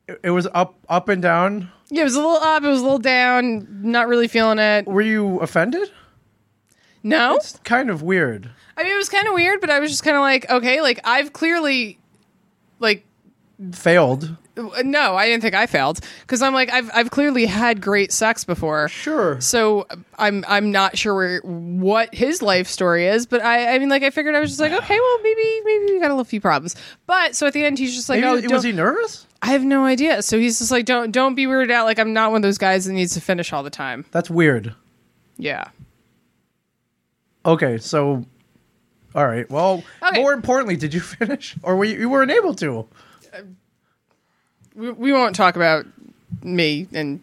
S1: it, it was up, up and down.
S2: Yeah, it was a little up, it was a little down. Not really feeling it.
S1: Were you offended?
S2: No,
S1: It's kind of weird.
S2: I mean, it was kind of weird, but I was just kind of like, okay, like I've clearly, like
S1: Failed.
S2: no, I didn't think I failed because I'm like I've I've clearly had great sex before.
S1: Sure.
S2: So I'm I'm not sure where, what his life story is, but I I mean like I figured I was just like okay well maybe maybe we got a little few problems, but so at the end he's just like
S1: Maybe,
S2: oh
S1: was
S2: don't,
S1: he nervous?
S2: I have no idea. So he's just like don't don't be weirded out like I'm not one of those guys that needs to finish all the time.
S1: That's weird.
S2: Yeah.
S1: Okay, so, all right. Well,
S2: Okay.
S1: more importantly, did you finish, or were you, you weren't able to?
S2: we, we won't talk about me and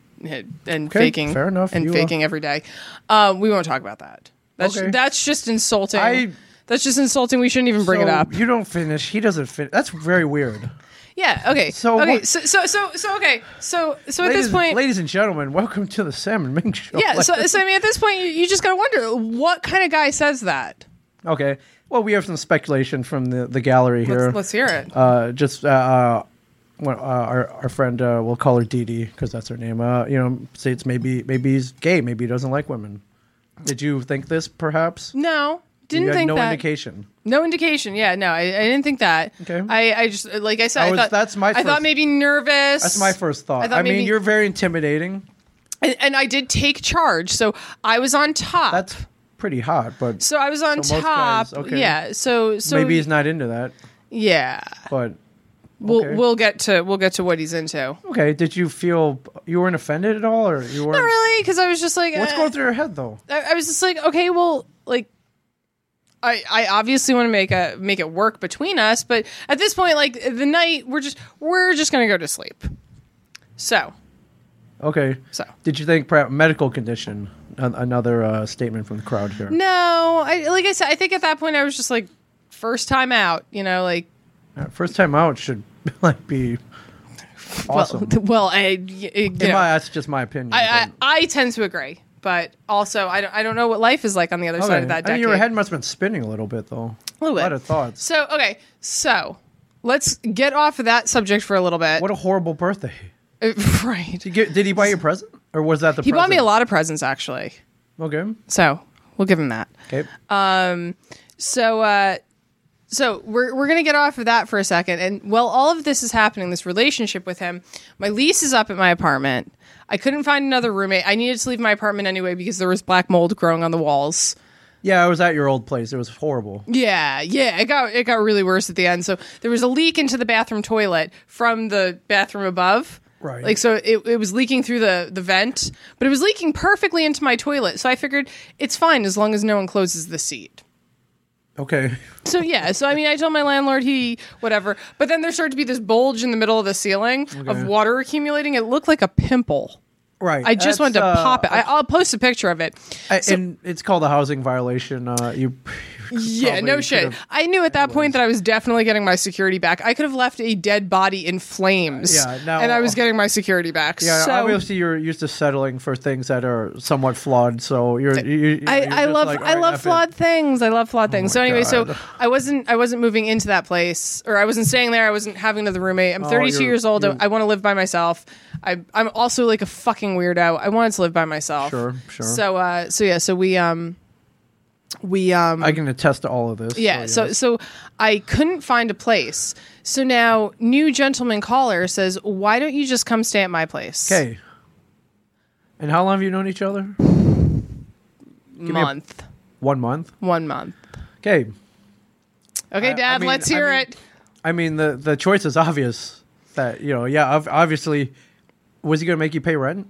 S2: and
S1: Okay,
S2: faking
S1: fair enough.
S2: and
S1: You, uh,
S2: faking every day. Um, we won't talk about that. That's
S1: Okay.
S2: that's just insulting.
S1: I-
S2: that's just insulting. We shouldn't even bring it
S1: So
S2: up.
S1: You don't finish. He doesn't finish. That's very weird.
S2: Yeah. Okay.
S1: So
S2: So okay.
S1: what-
S2: So, so so so okay. So so at
S1: ladies,
S2: this point.
S1: ladies and gentlemen, welcome to the Sam and Ming Show.
S2: yeah, so, so I mean, at this point, you, you just gotta wonder what kind of guy says that.
S1: Okay. Well, we have some speculation from the, the gallery here.
S2: Let's, let's hear it.
S1: uh, just uh, uh, well, uh, our our friend uh, we'll call her Dee Dee because that's her name. Uh, you know, say it's maybe maybe he's gay, maybe he doesn't like women. Did you think this perhaps?
S2: No, didn't
S1: you had
S2: think
S1: no
S2: that.
S1: indication.
S2: No indication. Yeah, no, I, I didn't think that.
S1: Okay.
S2: I, I just like I said,
S1: I
S2: I,
S1: was-
S2: thought
S1: that's my
S2: I
S1: first-
S2: thought maybe nervous.
S1: That's my first thought.
S2: I
S1: I,
S2: thought
S1: mean,
S2: maybe-
S1: you're very intimidating.
S2: and, and I did take charge, so I was on top.
S1: That's pretty hot, but
S2: so I was on
S1: So most
S2: top.
S1: guys, okay.
S2: Yeah. So so
S1: maybe he's not into that.
S2: yeah.
S1: But
S2: We'll
S1: Okay.
S2: we'll get to we'll get to what he's into.
S1: okay, did you feel you weren't offended at all, or you weren't?
S2: Not really, because I was just like,
S1: What's
S2: eh.
S1: going through your head though?
S2: I, I was just like, okay, well, like. I, I obviously want to make a make it work between us, but at this point, like the night, we're just we're just gonna go to sleep. So
S1: Okay.
S2: so
S1: Did you think perhaps medical condition? An- another uh, statement from the crowd here.
S2: Mm. no, I like I said, I think at that point I was just like first time out, you know, like
S1: Uh, First time out should like be awesome.
S2: well, well, I, y- you
S1: In
S2: know.
S1: my, that's just my opinion.
S2: I,
S1: but-
S2: I, I tend to agree, but also I don't, I don't know what life is like on the other side
S1: Okay.
S2: of that
S1: I mean,
S2: decade.
S1: your head must have been spinning a little bit though.
S2: A little
S1: A lot
S2: bit.
S1: of thoughts.
S2: So okay, so let's get off of that subject for a little bit.
S1: What a horrible birthday.
S2: Uh, right?
S1: Did, you get, did he buy you a present, or was that the?
S2: He bought me a
S1: present?
S2: lot of presents actually,
S1: Okay.
S2: so we'll give him that.
S1: Okay.
S2: So uh, so we're we're gonna get off of that for a second, and while all of this is happening, this relationship with him, my lease is up at my apartment. I couldn't find another roommate. I needed to leave my apartment anyway because there was black mold growing on the walls.
S1: Yeah, I was at your old place. It was horrible.
S2: Yeah, yeah, it got it got really worse at the end. So there was a leak into the bathroom toilet from the bathroom above.
S1: Right.
S2: Like so it, it was leaking through the the vent, but it was leaking perfectly into my toilet. So I figured it's fine as long as no one closes the seat.
S1: Okay.
S2: So yeah, so I mean, I told my landlord he whatever, but then there started to be this bulge in the middle of the ceiling
S1: Okay.
S2: of water accumulating. It looked like a pimple.
S1: Right.
S2: I just wanted to
S1: That's, uh,
S2: pop it. I, I'll post a picture of it.
S1: I- and it's called a housing violation. Uh, you.
S2: Yeah,
S1: probably
S2: no
S1: should
S2: shit.
S1: have-
S2: I knew at that point that I was definitely getting my security back. I could have left a dead body in flames,
S1: Yeah, now-
S2: and I was getting my security back.
S1: Yeah,
S2: so
S1: obviously you're used to settling for things that are somewhat flawed. So you're. You, you-
S2: I,
S1: you're
S2: I
S1: just
S2: love
S1: like, "All
S2: I
S1: right,
S2: love
S1: F it."
S2: flawed things. I love flawed things. so anyway, so
S1: God.
S2: I wasn't I wasn't moving into that place, or I wasn't staying there. I wasn't having another roommate. I'm 32
S1: Oh, you're-
S2: years old.
S1: you're-
S2: I want to live by myself. I I'm also like a fucking weirdo. I wanted to live by myself.
S1: Sure, sure.
S2: So uh, so yeah, so we um, we um,
S1: I can attest to all of this.
S2: Yeah. So so I couldn't find a place. So now new gentleman caller says, "Why don't you just come stay at my place?"
S1: Okay. And how long have you known each other? me a-
S2: month,
S1: One month.
S2: one month.
S1: Okay.
S2: Okay,
S1: I- I
S2: Dad,
S1: mean-
S2: let's
S1: I
S2: hear
S1: mean-
S2: it.
S1: I mean, the the choice is obvious. That you know, yeah. ob- Obviously, was he going to make you pay rent?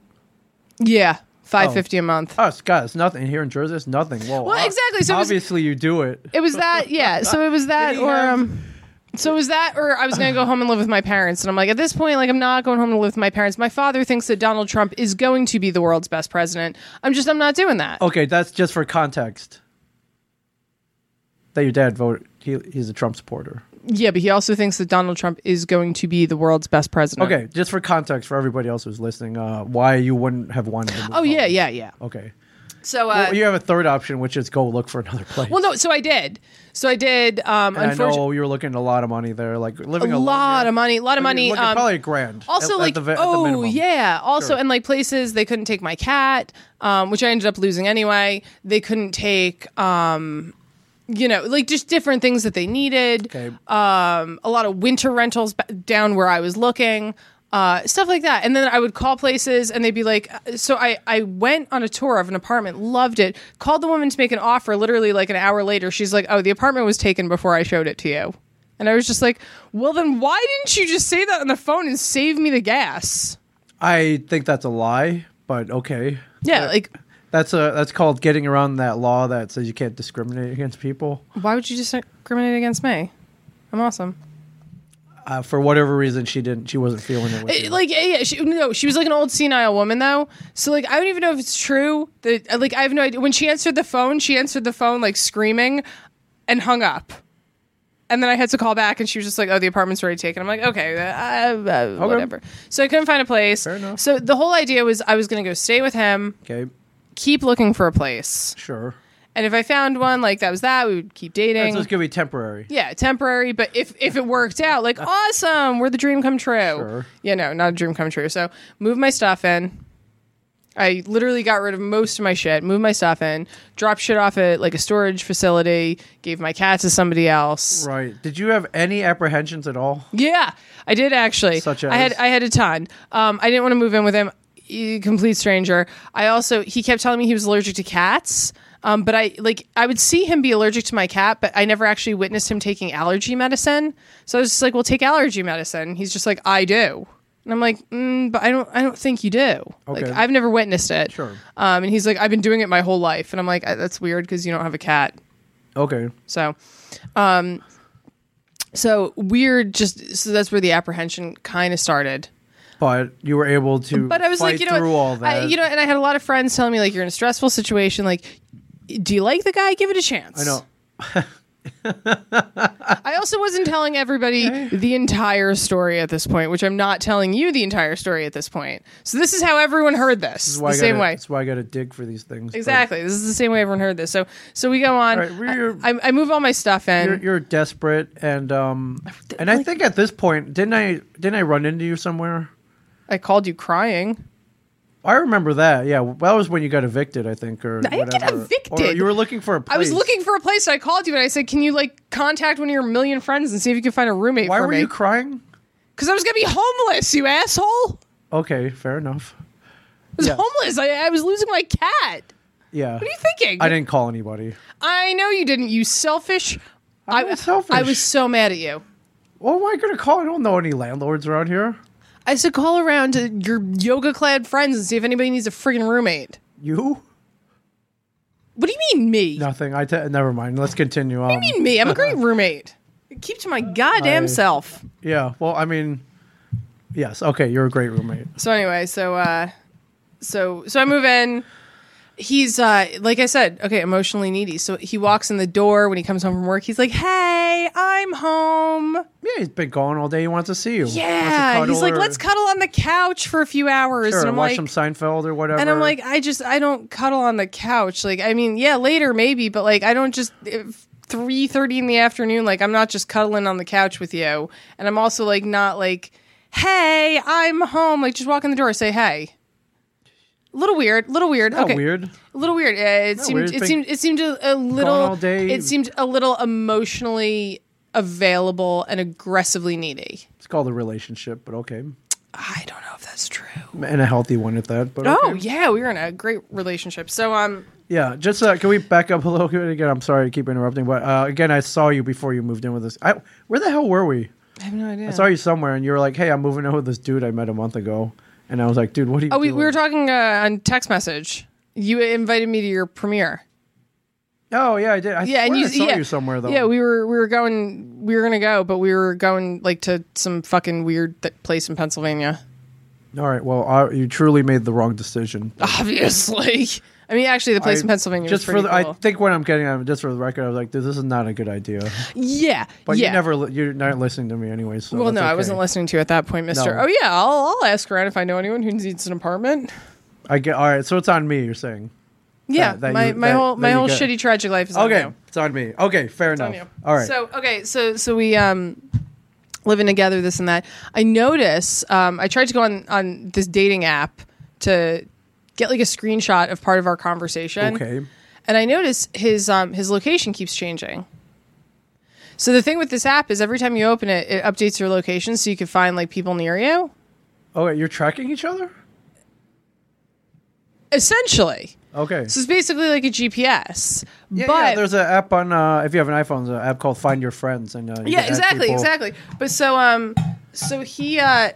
S2: Yeah, five fifty a month.
S1: Oh, it's, God, it's nothing here in Jersey. It's nothing. Well,
S2: Well,
S1: ob-
S2: exactly, so it was-
S1: obviously, you do it.
S2: It was that. Yeah. So it was that,
S1: he
S2: or
S1: have-
S2: um. So it was that, or I was going to go home and live with my parents, and I'm like, at this point, like, I'm not going home to live with my parents. My father thinks that Donald Trump is going to be the world's best president. I'm just, I'm not doing that.
S1: Okay, that's just for context. That your dad voted. He, he's a Trump supporter.
S2: Yeah, but he also thinks that Donald Trump is going to be the world's best president.
S1: Okay, just for context for everybody else who's listening, uh, why you wouldn't have won? him.
S2: Oh yeah, yeah, yeah.
S1: Okay.
S2: So uh,
S1: Well, you have a third option, which is go look for another place.
S2: Well, no, so I did. So I did. Um,
S1: And I
S2: unfortunately,
S1: know you're looking at a lot of money there, like living
S2: a
S1: alone
S2: lot
S1: there.
S2: of money, a lot of money.
S1: You're looking
S2: Um,
S1: probably a grand. at-
S2: also,
S1: at
S2: like,
S1: the ve- at the
S2: oh
S1: minimum.
S2: yeah. Also,
S1: Sure.
S2: and like places they couldn't take my cat, um, which I ended up losing anyway. They couldn't take, um, you know, like just different things that they needed.
S1: Okay.
S2: Uh, a lot of winter rentals ba- down where I was looking, uh, stuff like that. And then I would call places and they'd be like, uh, so I, I went on a tour of an apartment, loved it, called the woman to make an offer. Literally, like an hour later, she's like, oh, the apartment was taken before I showed it to you. And I was just like, well, then why didn't you just say that on the phone and save me the gas?
S1: I think that's a lie, but okay.
S2: Yeah, like,
S1: That's a that's called getting around that law that says you can't discriminate against people
S2: why would you discriminate against me? I'm awesome.
S1: uh, for whatever reason. She didn't. She wasn't feeling it. With
S2: It-
S1: you.
S2: like yeah, yeah, she, no, she was like an old senile woman though. So like I don't even know if it's true that uh, like I have no idea. When she answered the phone, she answered the phone like screaming, and hung up. And then I had to call back, and she was just like, "Oh, the apartment's already taken." I'm like, "Okay, uh, uh, whatever." So I couldn't find a place.
S1: Fair enough.
S2: So the whole idea was I was going to go stay with him,
S1: okay,
S2: keep looking for a place,
S1: sure.
S2: and if I found one, like that was that. We would keep dating.
S1: This is gonna be temporary.
S2: Yeah, temporary, but if if it worked out, like awesome, we're the dream come true.
S1: Sure.
S2: Yeah, no, not a dream come true. So move my stuff in. I literally got rid of most of my shit, moved my stuff in, dropped shit off at like a storage facility, gave my cat to somebody else.
S1: Right? Did you have any apprehensions at all?
S2: Yeah, I did actually.
S1: Such
S2: I had
S1: as?
S2: I had a ton. Um, I didn't want to move in with him, e- complete stranger. I also he kept telling me he was allergic to cats. Um, but I like I would see him be allergic to my cat, but I never actually witnessed him taking allergy medicine. So I was just like, "Well, take allergy medicine." He's just like, "I do," and I'm like, mm, "But I don't, I don't think you do. Like,
S1: Okay.
S2: I've never witnessed it."
S1: Sure.
S2: Um, and he's like, "I've been doing it my whole life," and I'm like, "Uh, "That's weird because you don't have a cat."
S1: Okay.
S2: So, um, so weird. Just so that's where the apprehension kind of started.
S1: But you were able to.
S2: But I was like,
S1: fight
S2: you know,
S1: through
S2: what?
S1: all that.
S2: I, you know, and I had a lot of friends telling me like, you're in a stressful situation. Like, do you like the guy? Give it a chance.
S1: I know.
S2: I also wasn't telling everybody the entire story at this point, which I'm not telling you the entire story at this point. So this is how everyone heard this,
S1: That's
S2: the
S1: why I
S2: same
S1: gotta-
S2: way.
S1: That's why I got to dig for these things. but
S2: Exactly. This is the same way everyone heard this. So, so we go on.
S1: All right, we're-
S2: I, I move all my stuff in.
S1: You're, you're desperate, and um, and I
S2: like-
S1: think at this point, didn't I didn't I run into you somewhere?
S2: I called you crying.
S1: I remember that. Yeah, well, that was when you got evicted, I think, or
S2: I didn't get
S1: whatever. Or
S2: evicted.
S1: you were looking for a place.
S2: I was looking for a place. So I called you and I said, "Can you like contact one of your million friends and see if you can find a roommate
S1: Why
S2: for
S1: were
S2: me?"
S1: you crying?
S2: Because I was gonna be homeless, you asshole. I
S1: Okay, fair enough.
S2: was
S1: Yeah.
S2: homeless. I, I was losing my cat.
S1: Yeah.
S2: What are you thinking?
S1: I didn't call anybody.
S2: I know you didn't. You selfish.
S1: I wasn't selfish.
S2: I was so mad at you.
S1: What am I going to call? I don't know any landlords around here.
S2: I said call around to your yoga clad friends and see if anybody needs a friggin' roommate.
S1: You?
S2: What do you mean me?
S1: Nothing. I te- never mind. Let's continue on.
S2: What do you mean me? I'm a great roommate. Keep to my goddamn
S1: I-
S2: self.
S1: Yeah. Well, I mean, yes. Okay, you're a great roommate.
S2: So anyway, so uh so so I move in. He's uh like I said, okay, emotionally needy. So he walks in the door when he comes home from work. He's like, "Hey, I'm home."
S1: Yeah, he's been gone all day. He wants to see you. Wants to
S2: Yeah. He's
S1: cuddle
S2: like,
S1: or-
S2: "Let's cuddle on the couch for a few hours."
S1: Sure,
S2: and I'm
S1: watch
S2: like,
S1: some Seinfeld or whatever.
S2: and I'm like, "I just I don't cuddle on the couch." Like, I mean, yeah, later maybe, but like I don't just if 3:30 in the afternoon, like I'm not just cuddling on the couch with you. And I'm also like not like, "Hey, I'm home." Like just walk in the door, say, "Hey." Little weird, little weird.
S1: Not
S2: okay.
S1: weird.
S2: A little weird. Uh, it seemed.
S1: weird.
S2: It
S1: Think-
S2: seemed. It seemed a, a little.
S1: all day.
S2: It seemed a little emotionally available and aggressively needy.
S1: It's called a relationship, but okay,
S2: I don't know if that's true.
S1: and a healthy one at that. But
S2: Oh
S1: okay.
S2: yeah, we were in a great relationship. So um,
S1: yeah. Just uh, can we back up a little bit again? I'm sorry to keep interrupting, but uh, again, I saw you before you moved in with us. I, where the hell were we?
S2: I have no idea.
S1: I saw you somewhere, and you were like, "Hey, I'm moving in with this dude I met a month ago," and I was like, "Dude, what are you?"
S2: Oh, we, we
S1: doing?"
S2: were talking uh, on text message. You invited me to your premiere.
S1: Oh yeah, I did. I
S2: Yeah, and you
S1: I saw
S2: yeah,
S1: you somewhere though.
S2: Yeah, we were we were going we were gonna go, but we were going like to some fucking weird th- place in Pennsylvania.
S1: All right. Well, I, you truly made the wrong decision.
S2: Obviously, I mean, actually, the place in
S1: I-
S2: Pennsylvania
S1: Just
S2: was pretty
S1: for the,
S2: cool.
S1: I think what I'm getting at, just for the record, I was like, "Dude, this is not a good idea."
S2: yeah,
S1: But
S2: yeah.
S1: you never, li- you're not listening to me anyway. So
S2: Well,
S1: that's
S2: no, I
S1: okay.
S2: wasn't listening to you at that point, Mister.
S1: No.
S2: Oh yeah, I'll, I'll ask around if I know anyone who needs an apartment.
S1: I get all right. So it's on me. You're saying.
S2: Yeah,
S1: that
S2: my,
S1: you-
S2: my
S1: that-
S2: whole
S1: that
S2: my
S1: you
S2: whole
S1: get.
S2: shitty tragic life is
S1: Okay,
S2: on you.
S1: it's on me. Okay, fair
S2: on
S1: enough.
S2: you.
S1: All right.
S2: So okay, so so we um living together, this and that. I notice um I tried to go on on this dating app to get like a screenshot of part of our conversation.
S1: okay.
S2: And I notice his um his location keeps changing. So the thing with this app is every time you open it, it updates your location so you can find like people near you.
S1: Oh, wait, you're tracking each other.
S2: Essentially.
S1: Okay.
S2: So it's basically like a GPS.
S1: yeah,
S2: but
S1: yeah, there's an app on uh, if you have an iPhone, there's an app called Find Your Friends, and uh, you
S2: yeah
S1: can add
S2: exactly
S1: people.
S2: exactly but so um so he uh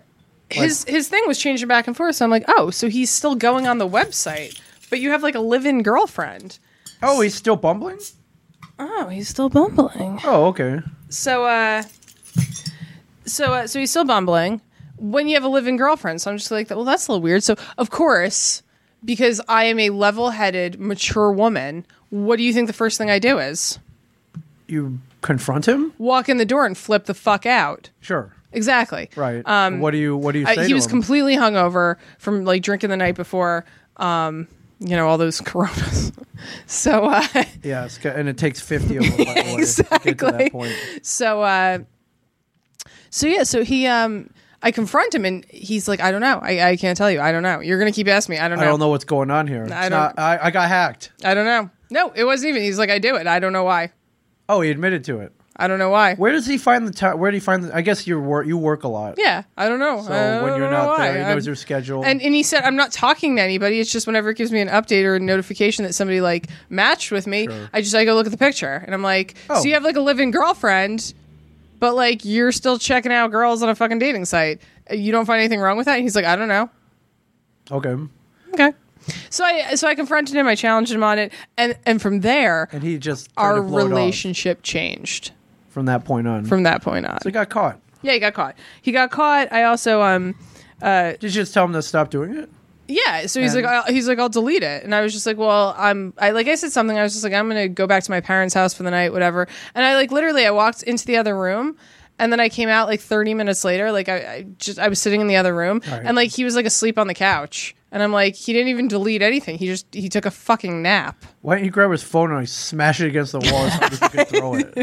S2: his his thing was changing back and forth so i'm like oh so he's still going on the website but you have like a live-in girlfriend
S1: Oh, he's still bumbling.
S2: oh he's still bumbling
S1: Oh, okay.
S2: so uh so uh, so he's still bumbling when you have a live-in girlfriend so i'm just like well that's a little weird so of course because i am a level-headed mature woman what do you think the first thing i do is
S1: You confront him.
S2: walk in the door and flip the fuck out
S1: Sure.
S2: exactly
S1: Right.
S2: um
S1: what do you What do you say
S2: I, he
S1: to
S2: was
S1: him?
S2: completely hungover from like drinking the night before. Um, you know all those coronas. so, uh,
S1: yeah, it's, ca- and it takes fifty of them. by the way, To get to
S2: Exactly.
S1: that point.
S2: so, uh, so yeah. So he, um, I confront him and he's like, I don't know. I, I can't tell you. I don't know. You're gonna keep asking me. I don't know.
S1: I don't know what's going on here. I
S2: don't-
S1: Not, I, I got hacked.
S2: I don't know. No, it wasn't even. He's like, I do it. I don't know why.
S1: Oh, he admitted to it.
S2: I don't know why.
S1: Where does he find the time? Where do he find? The, I guess you work. You work a lot.
S2: Yeah, I don't know.
S1: So
S2: I
S1: when
S2: don't
S1: you're
S2: know
S1: not
S2: why.
S1: there, he knows
S2: I'm-
S1: your schedule.
S2: And and he said, I'm not talking to anybody. It's just whenever it gives me an update or a notification that somebody like matched with me,
S1: Sure.
S2: I just I go look at the picture and I'm like,
S1: Oh.
S2: so you have like a living girlfriend, but like you're still checking out girls on a fucking dating site. Uh, You don't find anything wrong with that? And he's like, I don't know.
S1: okay.
S2: Okay. So I so I confronted him. I challenged him on it, and and from there,
S1: And he just tried
S2: our
S1: to blow it off
S2: relationship changed
S1: from that point on.
S2: from that point on.
S1: so he got caught.
S2: yeah, he got caught. He got caught. I also um.
S1: Did you just tell him to stop doing it?
S2: Yeah, so he's
S1: And-
S2: like, I'll, he's like, I'll delete it, and I was just like, well, I'm, I like, I said something. I was just like, I'm gonna go back to my parents' house for the night, whatever. And I like, literally, I walked into the other room, and then I came out like 30 minutes later. Like, I, I just, I was sitting in the other room,
S1: Right.
S2: and like, he was like asleep on the couch, and I'm like, he didn't even delete anything. He just, he took a fucking nap.
S1: Why didn't you grab his phone and like smash it against the wall as hard as you could throw it?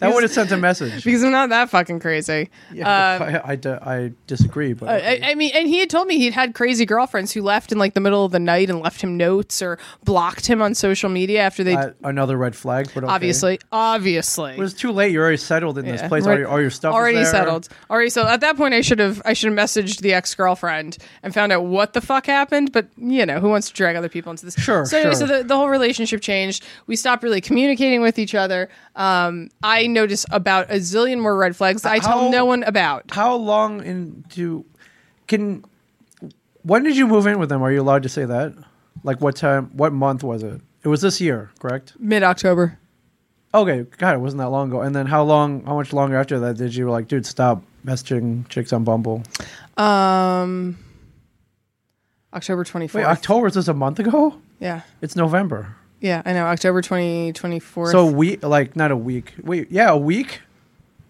S1: That would have sent a message.
S2: because I'm not that fucking crazy. Uh,
S1: Yeah, I, I d- I disagree, but
S2: um, I, I mean, and he had told me he'd had crazy girlfriends who left in like the middle of the night and left him notes or blocked him on social media after they
S1: uh, another red flag. But okay.
S2: Obviously, obviously.
S1: it was too late. You're already settled in this
S2: Yeah.
S1: place. All your, all your stuff is
S2: already
S1: there.
S2: settled. Already so at that point I should have I should have messaged the ex girlfriend and found out what the fuck happened, but you know, who wants to drag other people into this?
S1: Sure,
S2: So, anyway,
S1: sure.
S2: so the, the whole relationship changed. We stopped really communicating with each other. Um, I noticed about a zillion more red flags that I
S1: How-
S2: tell no one about.
S1: How long into can when did you move in with them? Are you allowed to say that? Like what time? What month was it? It was this year, correct?
S2: Mid October.
S1: Okay, God, it wasn't that long ago. And then how long? How much longer after that did you like, dude, stop messaging chicks on Bumble?
S2: Um, October 24th.
S1: Wait, October is this a month ago?
S2: yeah.
S1: It's November.
S2: Yeah, I know. October 2024.
S1: So we like not a week. Wait, yeah, a week.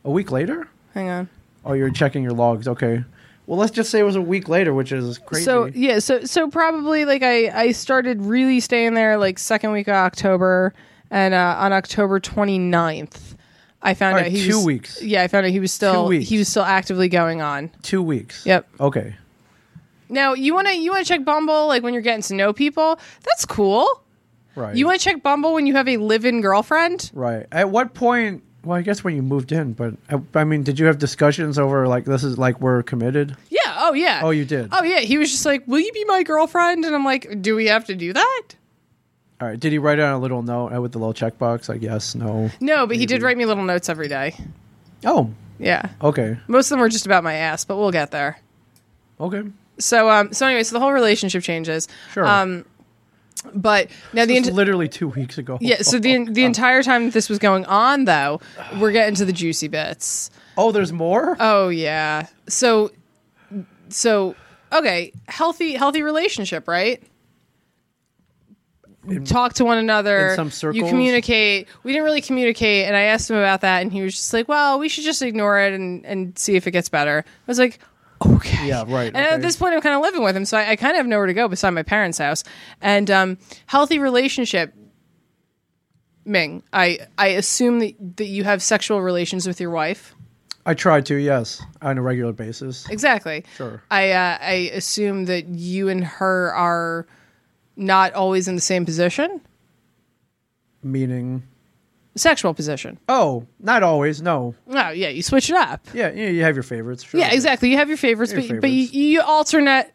S1: A week later?
S2: hang on.
S1: Oh, you're checking your logs. Okay. Well, let's just say it was a week later, which is crazy.
S2: So yeah, so so probably like I I started really staying there like second week of October and uh, on October 29th I found
S1: All right,
S2: out he
S1: two
S2: was,
S1: weeks.
S2: Yeah, I found out he was still
S1: Two weeks.
S2: he was still actively going on.
S1: two weeks.
S2: Yep.
S1: Okay.
S2: Now you want to you want to check Bumble like when you're getting to know people. That's cool.
S1: Right.
S2: You want to check Bumble when you have a live-in girlfriend.
S1: Right. At what point? Well, I guess when you moved in, but I, I mean, did you have discussions over like this is like we're committed?
S2: Yeah. Oh yeah.
S1: Oh, you did.
S2: Oh yeah. He was just like, "Will you be my girlfriend?" And I'm like, "Do we have to do that?"
S1: All right. Did he write down a little note uh, with the little checkbox like yes, no?
S2: No, but he did write me little notes every day.
S1: Oh,
S2: Yeah.
S1: okay,
S2: Most of them were just about my ass, but we'll get there.
S1: okay,
S2: So um so anyway, so the whole relationship changes.
S1: sure.
S2: Um but now the
S1: It's
S2: int-
S1: literally two weeks ago.
S2: yeah, so the the entire time that this was going on though, we're getting to the juicy bits.
S1: oh, there's more.
S2: Oh yeah. So so okay, healthy healthy relationship, right? Talk to one another.
S1: in some
S2: You
S1: circles.
S2: communicate. We didn't really communicate, and I asked him about that, and he was just like, "Well, we should just ignore it and and see if it gets better." I was like, "Okay."
S1: Yeah, right,
S2: And at
S1: okay.
S2: this point, I'm kind of living with him, so I, I kind of have nowhere to go beside my parents' house. And um, healthy relationship, Ming. I I assume that that you have sexual relations with your wife.
S1: I try to yes on a regular basis.
S2: Exactly.
S1: Sure.
S2: I uh, I assume that you and her are not always in the same position,
S1: Meaning,
S2: sexual position.
S1: oh, not always. No.
S2: Oh yeah, you switch it up.
S1: Yeah, yeah, you have your favorites. Sure.
S2: Yeah, exactly. You have your favorites,
S1: Your
S2: but but you, you alternate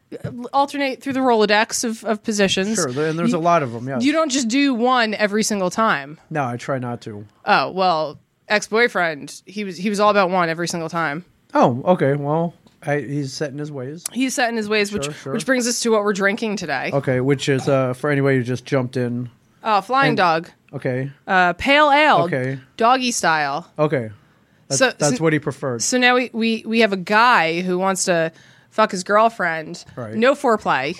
S2: alternate through the rolodex of, of positions.
S1: Sure, there- and there's
S2: you,
S1: a lot of them. Yeah.
S2: You don't just do one every single time.
S1: no, I try not to.
S2: Oh well, ex boyfriend. He was he was all about one every single time.
S1: Oh, okay. Well, I, he's set in his ways.
S2: He's set in his ways, which
S1: Sure, sure.
S2: which brings us to what we're drinking today.
S1: Okay, which is uh, for anybody who just jumped in.
S2: Oh, flying dog,
S1: Okay,
S2: uh, pale ale,
S1: Okay.
S2: doggy style.
S1: okay. That's,
S2: So-
S1: that's
S2: so-
S1: what he preferred.
S2: So now we, we we have a guy who wants to fuck his girlfriend.
S1: Right.
S2: No foreplay.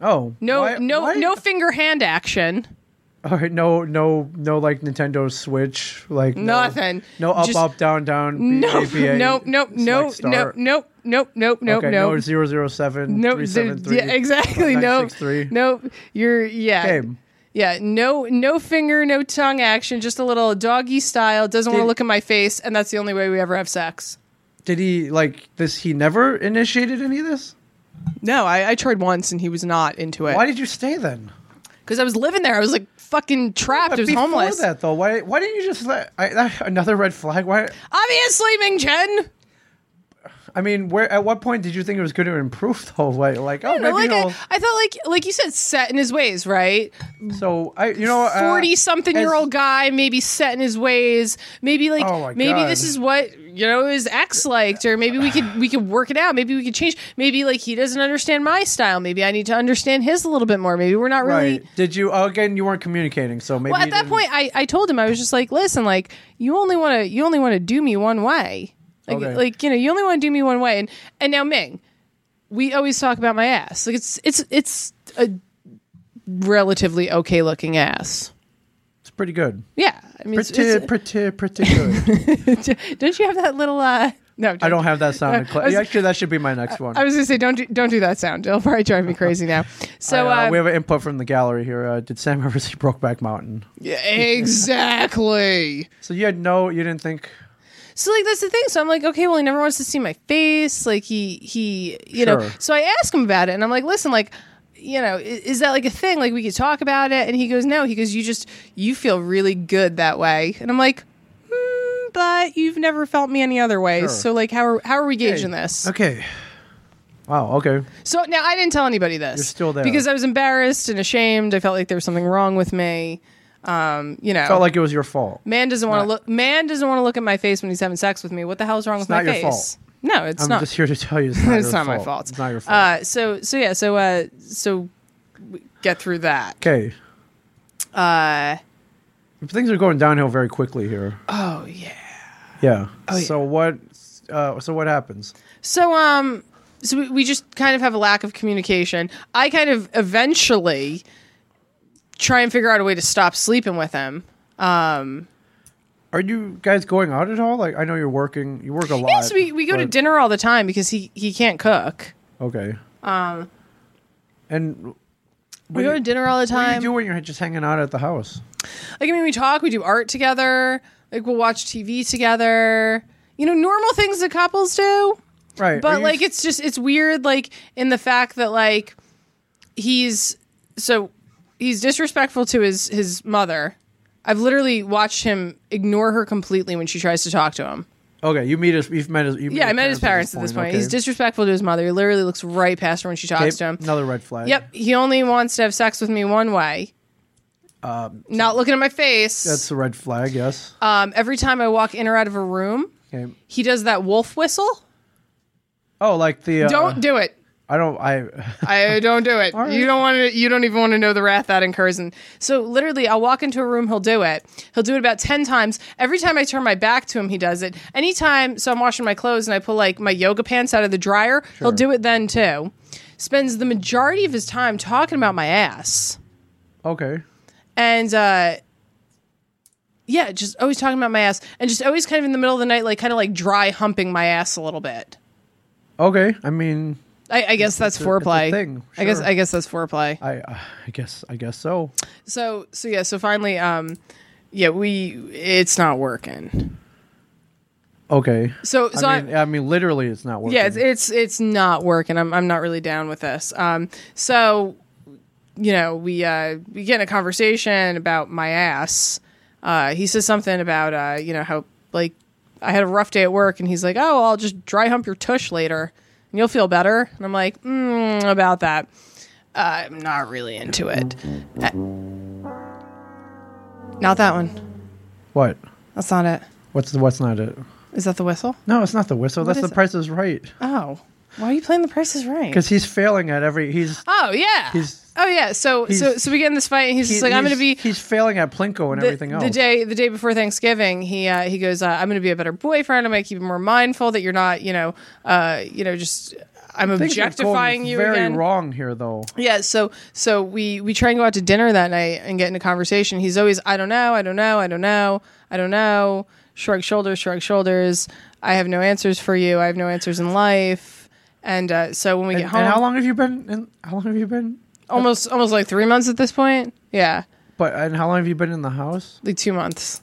S1: Oh,
S2: No
S1: why-
S2: no
S1: why-
S2: no finger hand action.
S1: All right, no, no, no. Like Nintendo Switch, like no-
S2: Nothing.
S1: No, up,
S2: Just-
S1: up, down, down. B,
S2: No
S1: A, B, A,
S2: no no no
S1: select
S2: no
S1: star.
S2: no no no no
S1: Okay,
S2: no
S1: no, zero zero seven
S2: no
S1: three
S2: th-
S1: seven three.
S2: yeah, exactly
S1: nine,
S2: no
S1: six, three.
S2: no you're yeah
S1: Game.
S2: yeah no no finger no tongue action just a little doggy style doesn't want
S1: Did-
S2: to look in my face and that's the only way we ever have sex
S1: Did he like this? He never initiated any of this.
S2: no I, I tried once and he was not into
S1: Why
S2: it
S1: did you stay then?
S2: because I was living there I was like fucking trapped I was
S1: before
S2: homeless
S1: that though, why? Why didn't you just let I, that, another red flag? Why?
S2: Obviously, Ming Chen.
S1: I mean, where? At what point did you think it was going to improve though? Like, like oh, maybe
S2: like I,
S1: he'll.
S2: I thought, like like you said, set in his ways, right?
S1: So I, you know, uh,
S2: Forty something year
S1: as-
S2: old guy, maybe set in his ways. Maybe like
S1: Oh my
S2: maybe
S1: God.
S2: this is what you know his ex liked, or maybe we could we could work it out. Maybe we could change. Maybe like he doesn't understand my style. Maybe I need to understand his a little bit more. Maybe we're not really.
S1: Right? Did you oh, again? You weren't communicating, so maybe.
S2: Well, at
S1: you
S2: that
S1: didn't-
S2: point, I, I told him I was just like, listen, like you only want to you only want to do me one way, like
S1: Okay.
S2: like you know you only want to do me one way, and and now Ming, we always talk about my ass, like it's it's it's a relatively okay looking ass.
S1: it's pretty good.
S2: Yeah, I mean, it's,
S1: Pretty, pretty, pretty good.
S2: it's- don't you have that little? uh No,
S1: I don't have that sound.
S2: I was-
S1: Cl- Actually, that should be my next one.
S2: I was gonna say don't do, don't do that sound. It'll probably drive me crazy now. So
S1: Uh,
S2: uh,
S1: we have an input from the gallery here. Uh, did Sam ever see Brokeback Mountain?
S2: yeah, exactly.
S1: So you had no, you didn't think.
S2: So like that's the thing. So I'm like, okay, well he never wants to see my face. Like he he you know.
S1: Sure.
S2: So I ask him about it, and I'm like, listen, like you know, i- is that like a thing? Like we could talk about it. And he goes, no. He goes, you just you feel really good that way. And I'm like, hmm, but you've never felt me any other way.
S1: Sure.
S2: So like, how are how are we gauging this?
S1: Okay, Wow. Okay.
S2: So now I didn't tell anybody this.
S1: You're still there.
S2: because I was embarrassed and ashamed. I felt like there was something wrong with me. Um, you know,
S1: Felt like it was your fault.
S2: man doesn't want to look. Man doesn't want to look at my face when he's having sex with me. What the hell is wrong with
S1: not
S2: my
S1: your
S2: face?
S1: fault.
S2: No, it's
S1: I'm
S2: not.
S1: just here to tell you it's not, your
S2: it's not
S1: fault.
S2: my fault.
S1: It's not your fault.
S2: Uh, so so yeah. So uh, so we get through that.
S1: okay.
S2: Uh,
S1: Things are going downhill very quickly here.
S2: oh yeah.
S1: Yeah.
S2: yeah.
S1: So what? Uh, so what happens?
S2: So um so we- we just kind of have a lack of communication. I kind of eventually try and figure out a way to stop sleeping with him.
S1: Are you guys going out at all? Like I know you're working. You work a lot.
S2: Yes, we, we go to
S1: but-
S2: dinner all the time because he, he can't cook.
S1: Okay. Um. And
S2: We go to dinner all the
S1: what do
S2: time.
S1: you do when you're just hanging out at the house?
S2: Like I mean we talk, we do art together, like we'll watch TV together. You know, normal things that couples do.
S1: Right. are
S2: but
S1: you-
S2: like it's just it's weird like in the fact that like he's so he's disrespectful to his his mother i've literally watched him ignore her completely when she tries to talk to him
S1: okay. You meet his. You've met his. You meet
S2: yeah i met his parents at this point
S1: okay.
S2: he's disrespectful to his mother he literally looks right past her when she
S1: Okay,
S2: talks to him
S1: Another red flag.
S2: yep he only wants to have sex with me one way not looking at my face
S1: That's a red flag. Yes.
S2: um, every time i walk in or out of a room
S1: Okay.
S2: he does that wolf whistle
S1: Oh, like the. Uh,
S2: don't do it
S1: I don't. I.
S2: I don't do it.
S1: right.
S2: You don't want to. You don't even want to know the wrath that incurs. And so, literally, I'll walk into a room. He'll do it. He'll do it about ten times. Every time I turn my back to him, he does it. Anytime. So I'm washing my clothes and I pull like my yoga pants out of the dryer. He'll do it then too. Spends the majority of his time talking about my ass
S1: Okay.
S2: and uh, yeah, just always talking about my ass and just always kind of in the middle of the night, like kind of like dry humping my ass a little bit.
S1: Okay. I mean,
S2: I, I guess that's
S1: a- it's a
S2: foreplay.
S1: thing,
S2: I guess
S1: sure.
S2: I guess that's foreplay.
S1: I. Uh, I guess. I guess so.
S2: So so yeah, so finally um yeah, we it's not working.
S1: Okay.
S2: So so
S1: I
S2: I
S1: mean, I mean, literally, it's not working.
S2: yeah, it's, it's it's not working. I'm I'm not really down with this. Um so you know, we uh we get in a conversation about my ass. Uh he says something about uh you know how like I had a rough day at work and he's like, "Oh, I'll just dry hump your tush later and you'll feel better." And I'm like, mm, about that. I'm not really into it. Uh, not that one.
S1: what?
S2: That's not it.
S1: What's the, what's not it?
S2: Is that the whistle?
S1: No, it's not the whistle. That's
S2: is
S1: the
S2: it?
S1: Price is Right.
S2: Oh, why are you playing The Price Is Right?
S1: Because he's failing at every. He's
S2: oh yeah,
S1: He's-
S2: oh yeah. So so
S1: he's-
S2: so we get in this fight, and he's
S1: he-
S2: just like, "I'm
S1: he's-
S2: going to be."
S1: He's failing at plinko and
S2: The,
S1: everything else.
S2: the day the day before Thanksgiving, he uh, he goes, uh, "I'm going to be a better boyfriend. I'm going to keep you more mindful that you're not, you know, uh, you know, just I'm
S1: Things are going
S2: objectifying you
S1: Very
S2: again."
S1: wrong here, though.
S2: Yeah, so so we we try and go out to dinner that night and get into conversation. He's always, I don't know, I don't know, I don't know, I don't know. Shrug shoulders, shrug shoulders. I have no answers for you. I have no answers in life. And uh, so when we
S1: And,
S2: get
S1: and how
S2: home,
S1: long have you been? In, how long have you been?
S2: almost almost like three months at this point. Yeah,
S1: But and how long have you been in the house?
S2: like two months.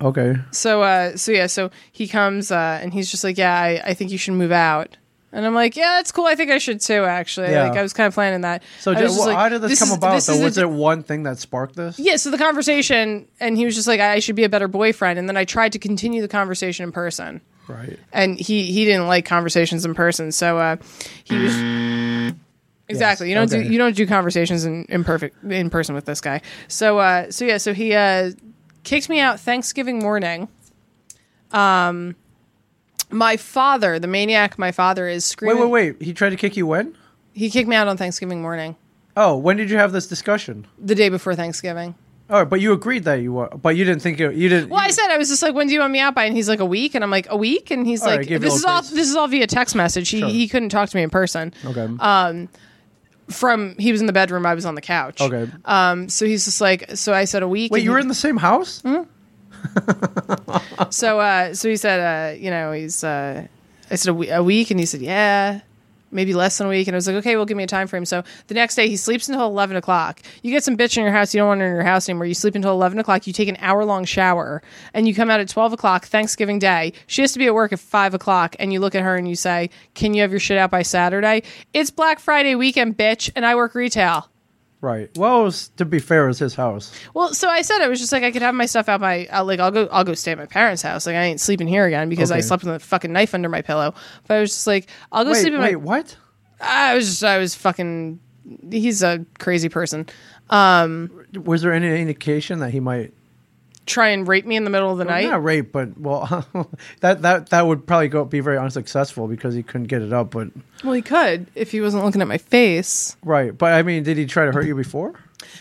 S1: Okay.
S2: So uh, so yeah, so he comes uh, and he's just like, yeah, I, I think you should move out. And I'm like, yeah, that's cool. I think I should too. Actually,
S1: Yeah.
S2: like I was kind of planning that.
S1: So
S2: I was
S1: just,
S2: just
S1: well,
S2: like,
S1: how did this, come
S2: is-
S1: about?
S2: this
S1: though
S2: is a
S1: was there one thing that sparked this?
S2: Yeah, so the conversation, and he was just like, I should be a better boyfriend. And then I tried to continue the conversation in person.
S1: Right.
S2: And he, he didn't like conversations in person. So uh, he was. Exactly. you don't
S1: Mm. okay.
S2: do you don't do conversations in, in perfect in person with this guy. So uh so yeah, so he uh kicked me out Thanksgiving morning. Um my father, the maniac my father is
S1: Wait,
S2: screaming
S1: wait, wait. He tried to kick you when?
S2: he kicked me out on Thanksgiving morning,
S1: Oh, when did you have this discussion?
S2: the day before Thanksgiving.
S1: Oh, but you agreed that you were, but you didn't think it, you didn't.
S2: Well, I said I was just like, when do you want me out by? And he's like, a week, and I'm like, a week, and he's
S1: All right,
S2: like,
S1: give you a
S2: this is
S1: little
S2: all
S1: grace.
S2: this is all via text message. He
S1: Sure.
S2: he couldn't talk to me in person.
S1: okay.
S2: Uh, From he was in the bedroom, I was on the couch.
S1: okay.
S2: Um. So he's just like, so I said a week.
S1: wait,
S2: and
S1: you were
S2: he-
S1: in the same house?
S2: Mm-hmm. so uh. So he said, uh, you know, he's uh, I said a, we- a week, and he said, yeah. Maybe less than a week, and I was like, "Okay, well, give me a time frame." So the next day, he sleeps until eleven o'clock. You get some bitch in your house, you don't want her in your house anymore. You sleep until eleven o'clock. You take an hour long shower, and you come out at twelve o'clock Thanksgiving Day. She has to be at work at five o'clock, and you look at her and you say, "Can you have your shit out by Saturday?" It's Black Friday weekend, bitch, and I work retail.
S1: Right. Well, it was, to be fair, it was his house.
S2: Well, so I said I was just like I could have my stuff out my out, like I'll go I'll go stay at my parents' house. Like I ain't sleeping here again because I
S1: Okay.
S2: slept with a fucking knife under my pillow. But I was just like I'll go
S1: Wait,
S2: sleep in
S1: wait,
S2: my.
S1: what?
S2: I was just I was fucking. He's a crazy person.
S1: Was there any indication that he might
S2: Try and rape me in the middle of
S1: Oh,
S2: the night.
S1: not rape, but well, that that that would probably go be very unsuccessful because he couldn't get it up. But
S2: Well, he could if he wasn't looking at my face.
S1: right. But I mean, did he try to hurt you before?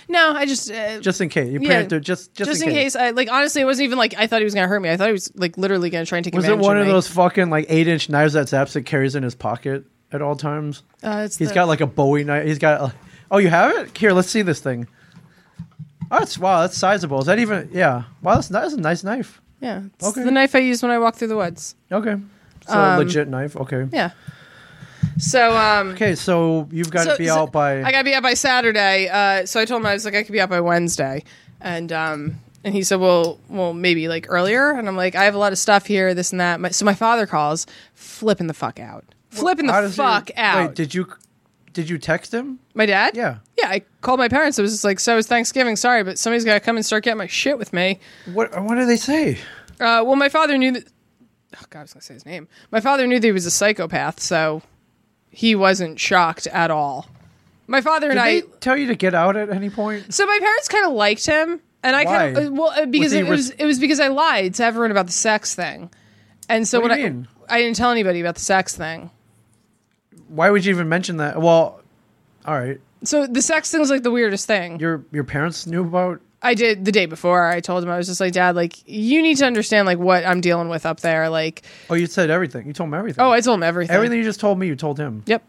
S2: No, I just uh, just,
S1: Just in case. You
S2: Yeah.
S1: planned to- just just,
S2: in case. I like honestly, it wasn't even like I thought he was gonna hurt me. I thought he was like literally gonna try and take
S1: Was it
S2: advantage
S1: one of
S2: me.
S1: those fucking like eight inch knives that Zapsik carries in his pocket at all times?
S2: Uh, it's
S1: He's
S2: the-
S1: got like a Bowie knife. He's got. uh, oh, you have it here. Let's see this thing. Oh, that's wow. That's sizable. Is that even? Yeah. Wow, that's, that's a nice knife.
S2: yeah, it's
S1: Okay.
S2: the knife I use when I walk through the woods.
S1: Okay. So
S2: Um,
S1: legit knife. Okay.
S2: Yeah. So um.
S1: Okay, so you've got to
S2: So-
S1: be
S2: so
S1: out by.
S2: I gotta be out by Saturday. Uh, so I told him I was like I could be out by Wednesday, and um, and he said, well, well, maybe like earlier. And I'm like, I have a lot of stuff here, this and that. My, so my father calls, flipping the fuck out, flipping the
S1: How does
S2: fuck
S1: your-
S2: out.
S1: Wait, did you did you text him?
S2: my dad?
S1: Yeah.
S2: yeah. I called my parents. I was just like, so it's Thanksgiving. Sorry, but somebody's gotta come and start getting my shit with me.
S1: What what did they say?
S2: Uh, well, my father knew that. Oh God, I was gonna say his name. My father knew that he was a psychopath, so he wasn't shocked at all. My father
S1: Did
S2: and I
S1: they tell you to get out at any point?
S2: So my parents kind of liked him, and I kind
S1: Why?
S2: of well uh, because
S1: he
S2: it, was
S1: res-
S2: it was because I lied to everyone about the sex thing, and so
S1: What
S2: when
S1: do you
S2: I
S1: mean?
S2: I didn't tell anybody about the sex thing.
S1: Why would you even mention that? Well, all right.
S2: So the sex thing's like the weirdest thing.
S1: Your your parents knew about.
S2: I did the day before. I told him I was just like, Dad, like you need to understand like what I'm dealing with up there. Like,
S1: Oh, you said everything. You told him everything.
S2: oh, I told him everything.
S1: everything you just told me. You told him.
S2: Yep.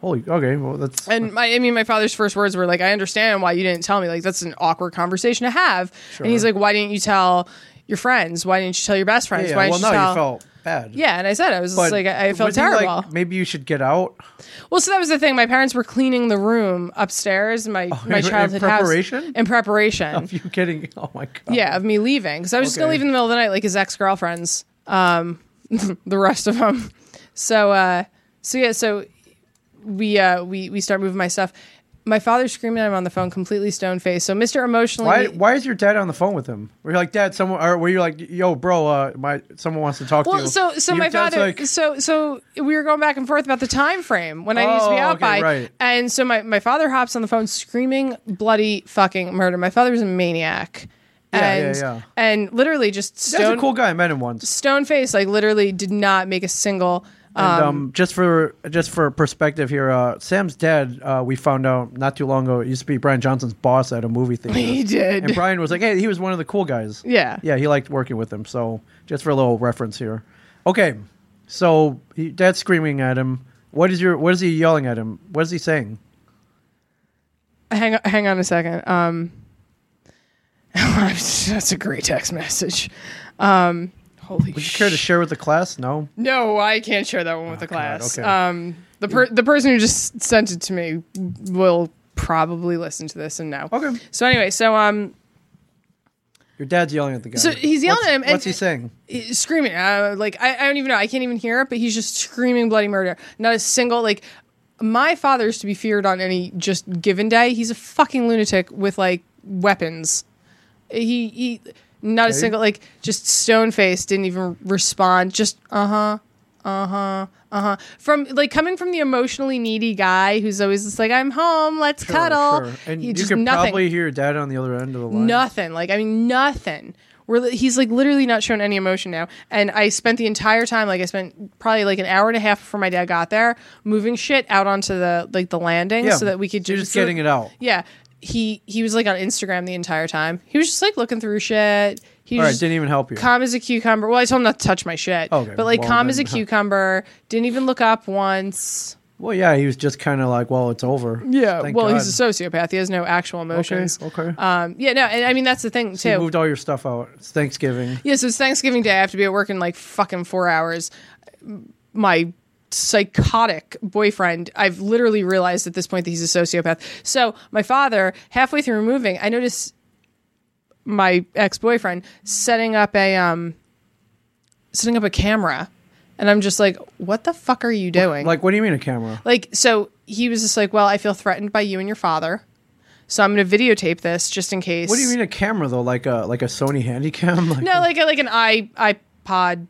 S1: Holy. Okay. Well, that's.
S2: And my, I mean, my father's first words were like, "I understand why you didn't tell me. Like, that's an awkward conversation to have." And he's
S1: Sure.
S2: like, "Why didn't you tell your friends? Why didn't you tell your best friends?
S1: yeah.
S2: Why didn't
S1: Well,
S2: you
S1: no,
S2: tell?"
S1: you felt bad.
S2: yeah, and I said I was just
S1: But
S2: like I, I felt
S1: was he like,
S2: terrible.
S1: maybe you should get out.
S2: Well, so that was the thing. My parents were cleaning the room upstairs, my
S1: Oh, in-
S2: my
S1: in
S2: childhood
S1: preparation?
S2: house in preparation.
S1: Are you kidding? Oh my god.
S2: yeah, of me leaving because I was just gonna
S1: Okay.
S2: leave in the middle of the night, like his ex girlfriends, um, the rest of them. So, uh, so yeah, so we uh, we we start moving my stuff. My father's screaming. I'm on the phone, completely stone faced. So, Mister Emotionally,
S1: Why, why is your dad on the phone with him? Were you like, Dad, someone, or were you like, Yo, bro, uh, my someone wants to talk to
S2: Well,
S1: you?
S2: so so
S1: Your
S2: my
S1: dad's
S2: father,
S1: like-
S2: so so we were going back and forth about the time frame when I need to be
S1: Oh,
S2: out
S1: okay,
S2: by,
S1: right.
S2: and so my my father hops on the phone screaming bloody fucking murder. My father was a maniac,
S1: Yeah, yeah,
S2: and
S1: yeah.
S2: and literally just
S1: That's
S2: stone
S1: a cool guy. I met him once.
S2: stone face, like literally did not make a single. Um,
S1: And, um, just for just for perspective here, uh, Sam's dad. Uh, we found out not too long ago. It used to be Brian Johnson's boss at a movie theater.
S2: He did.
S1: And Brian was like, "Hey, he was one of the cool guys."
S2: Yeah.
S1: yeah. He liked working with him. So just for a little reference here. Okay, so he, dad's screaming at him. What is your? What is he yelling at him? What is he saying?
S2: hang on, hang on a second. Um, that's a great text message. Um, holy
S1: Would you care to share with the class? No.
S2: No, I can't share that one with the class.
S1: Oh, okay.
S2: Um, the per- the person who just sent it to me will probably listen to this and know.
S1: Okay.
S2: So anyway, so um,
S1: Your dad's yelling at the guy.
S2: So he's yelling
S1: What's-
S2: at him and-
S1: What's he saying?
S2: he's screaming. Uh, like I, I don't even know. I can't even hear it, but he's just screaming bloody murder. Not a single like. My father's to be feared on any just given day. He's a fucking lunatic with like weapons. He he, not a
S1: Okay.
S2: single like just stone faced. Didn't even respond. Just uh huh. Uh-huh. From like coming from the emotionally needy guy who's always just like, I'm home, let's
S1: Sure,
S2: cuddle.
S1: sure. And
S2: He
S1: you
S2: just-
S1: could
S2: nothing.
S1: probably hear your dad on the other end of the line.
S2: nothing. Like I mean, nothing. We're li- he's like literally not showing any emotion now. And I spent the entire time, like I spent probably like an hour and a half before my dad got there, moving shit out onto the like the landing
S1: Yeah.
S2: so that we could
S1: You're just getting it out.
S2: Yeah. He he was like on Instagram the entire time. He was just like looking through shit. He
S1: All
S2: was
S1: right,
S2: just
S1: didn't even help you.
S2: calm as a cucumber. Well, I told him not to touch my shit.
S1: Okay,
S2: But like
S1: well,
S2: calm as a
S1: then-
S2: cucumber. Didn't even look up once.
S1: Well, yeah, he was just kind of like, well, it's over.
S2: Yeah.
S1: Thank
S2: well,
S1: God.
S2: he's a sociopath. He has no actual emotions.
S1: Okay, okay.
S2: Um, yeah, no, and I mean that's the thing
S1: He
S2: too.
S1: moved all your stuff out. It's Thanksgiving.
S2: Yeah, so it's Thanksgiving Day. I have to be at work in like fucking four hours. My psychotic boyfriend, I've literally realized at this point that he's a sociopath. So my father, halfway through moving, I notice my ex boyfriend setting up a um setting up a camera. And I'm just like, what the fuck are you doing?
S1: Like, what do you mean a camera?
S2: Like, so he was just like, Well, I feel threatened by you and your father. So I'm going to videotape this just in case.
S1: What do you mean a camera though? Like a like a Sony Handycam? Like,
S2: No, like a- like an i iPod,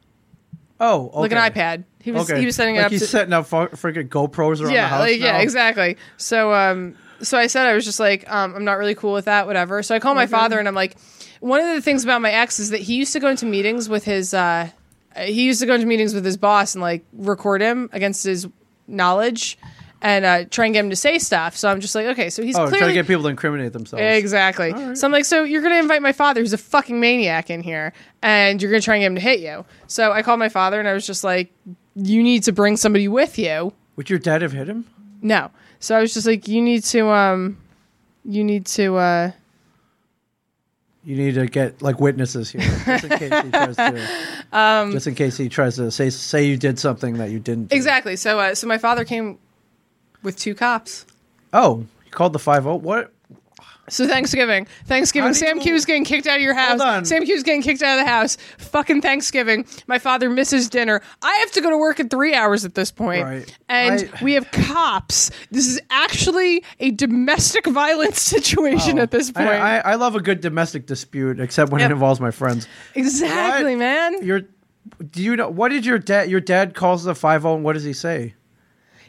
S1: oh, okay.
S2: like an iPad. He was he was setting it
S1: like
S2: up.
S1: He's
S2: to-
S1: setting up fu- freaking GoPros around
S2: yeah,
S1: the house.
S2: like,
S1: now.
S2: yeah, exactly. So um, so I said I was just like, um, I'm not really cool with that, whatever. So I call my father and I'm like, one of the things about my ex is that he used to go into meetings with his, uh, he used to go into meetings with his boss and like record him against his knowledge, and uh, try and get him to say stuff. So I'm just like, okay, so he's
S1: Oh, trying
S2: clearly
S1: to get people to incriminate themselves.
S2: Exactly. So I'm like, so you're gonna invite my father, who's a fucking maniac, in here, and you're gonna try and get him to hit you. So I called my father, and I was just like, you need to bring somebody with you.
S1: Would your dad have hit him?
S2: No. So I was just like, you need to, um, you need to, uh,
S1: You need to get like witnesses here, just in case he tries to.
S2: Um,
S1: just in case he tries to say say you did something that you didn't. do.
S2: exactly. So, uh, so my father came with two cops.
S1: Oh, he called the five zero. What?
S2: So Thanksgiving, Thanksgiving,
S1: How do
S2: Sam
S1: you-
S2: Q's getting kicked out of your house.
S1: on.
S2: Sam Q's getting kicked out of the house. Fucking Thanksgiving. My father misses dinner. I have to go to work in three hours at this point,
S1: Right.
S2: and
S1: I-
S2: we have cops. This is actually a domestic violence situation at this point.
S1: Oh. I, I, I love a good domestic dispute, except when
S2: Yep.
S1: it involves my friends.
S2: exactly,
S1: What?
S2: man.
S1: Your, do you know what did your dad? Your dad calls the five zero. and What does he say?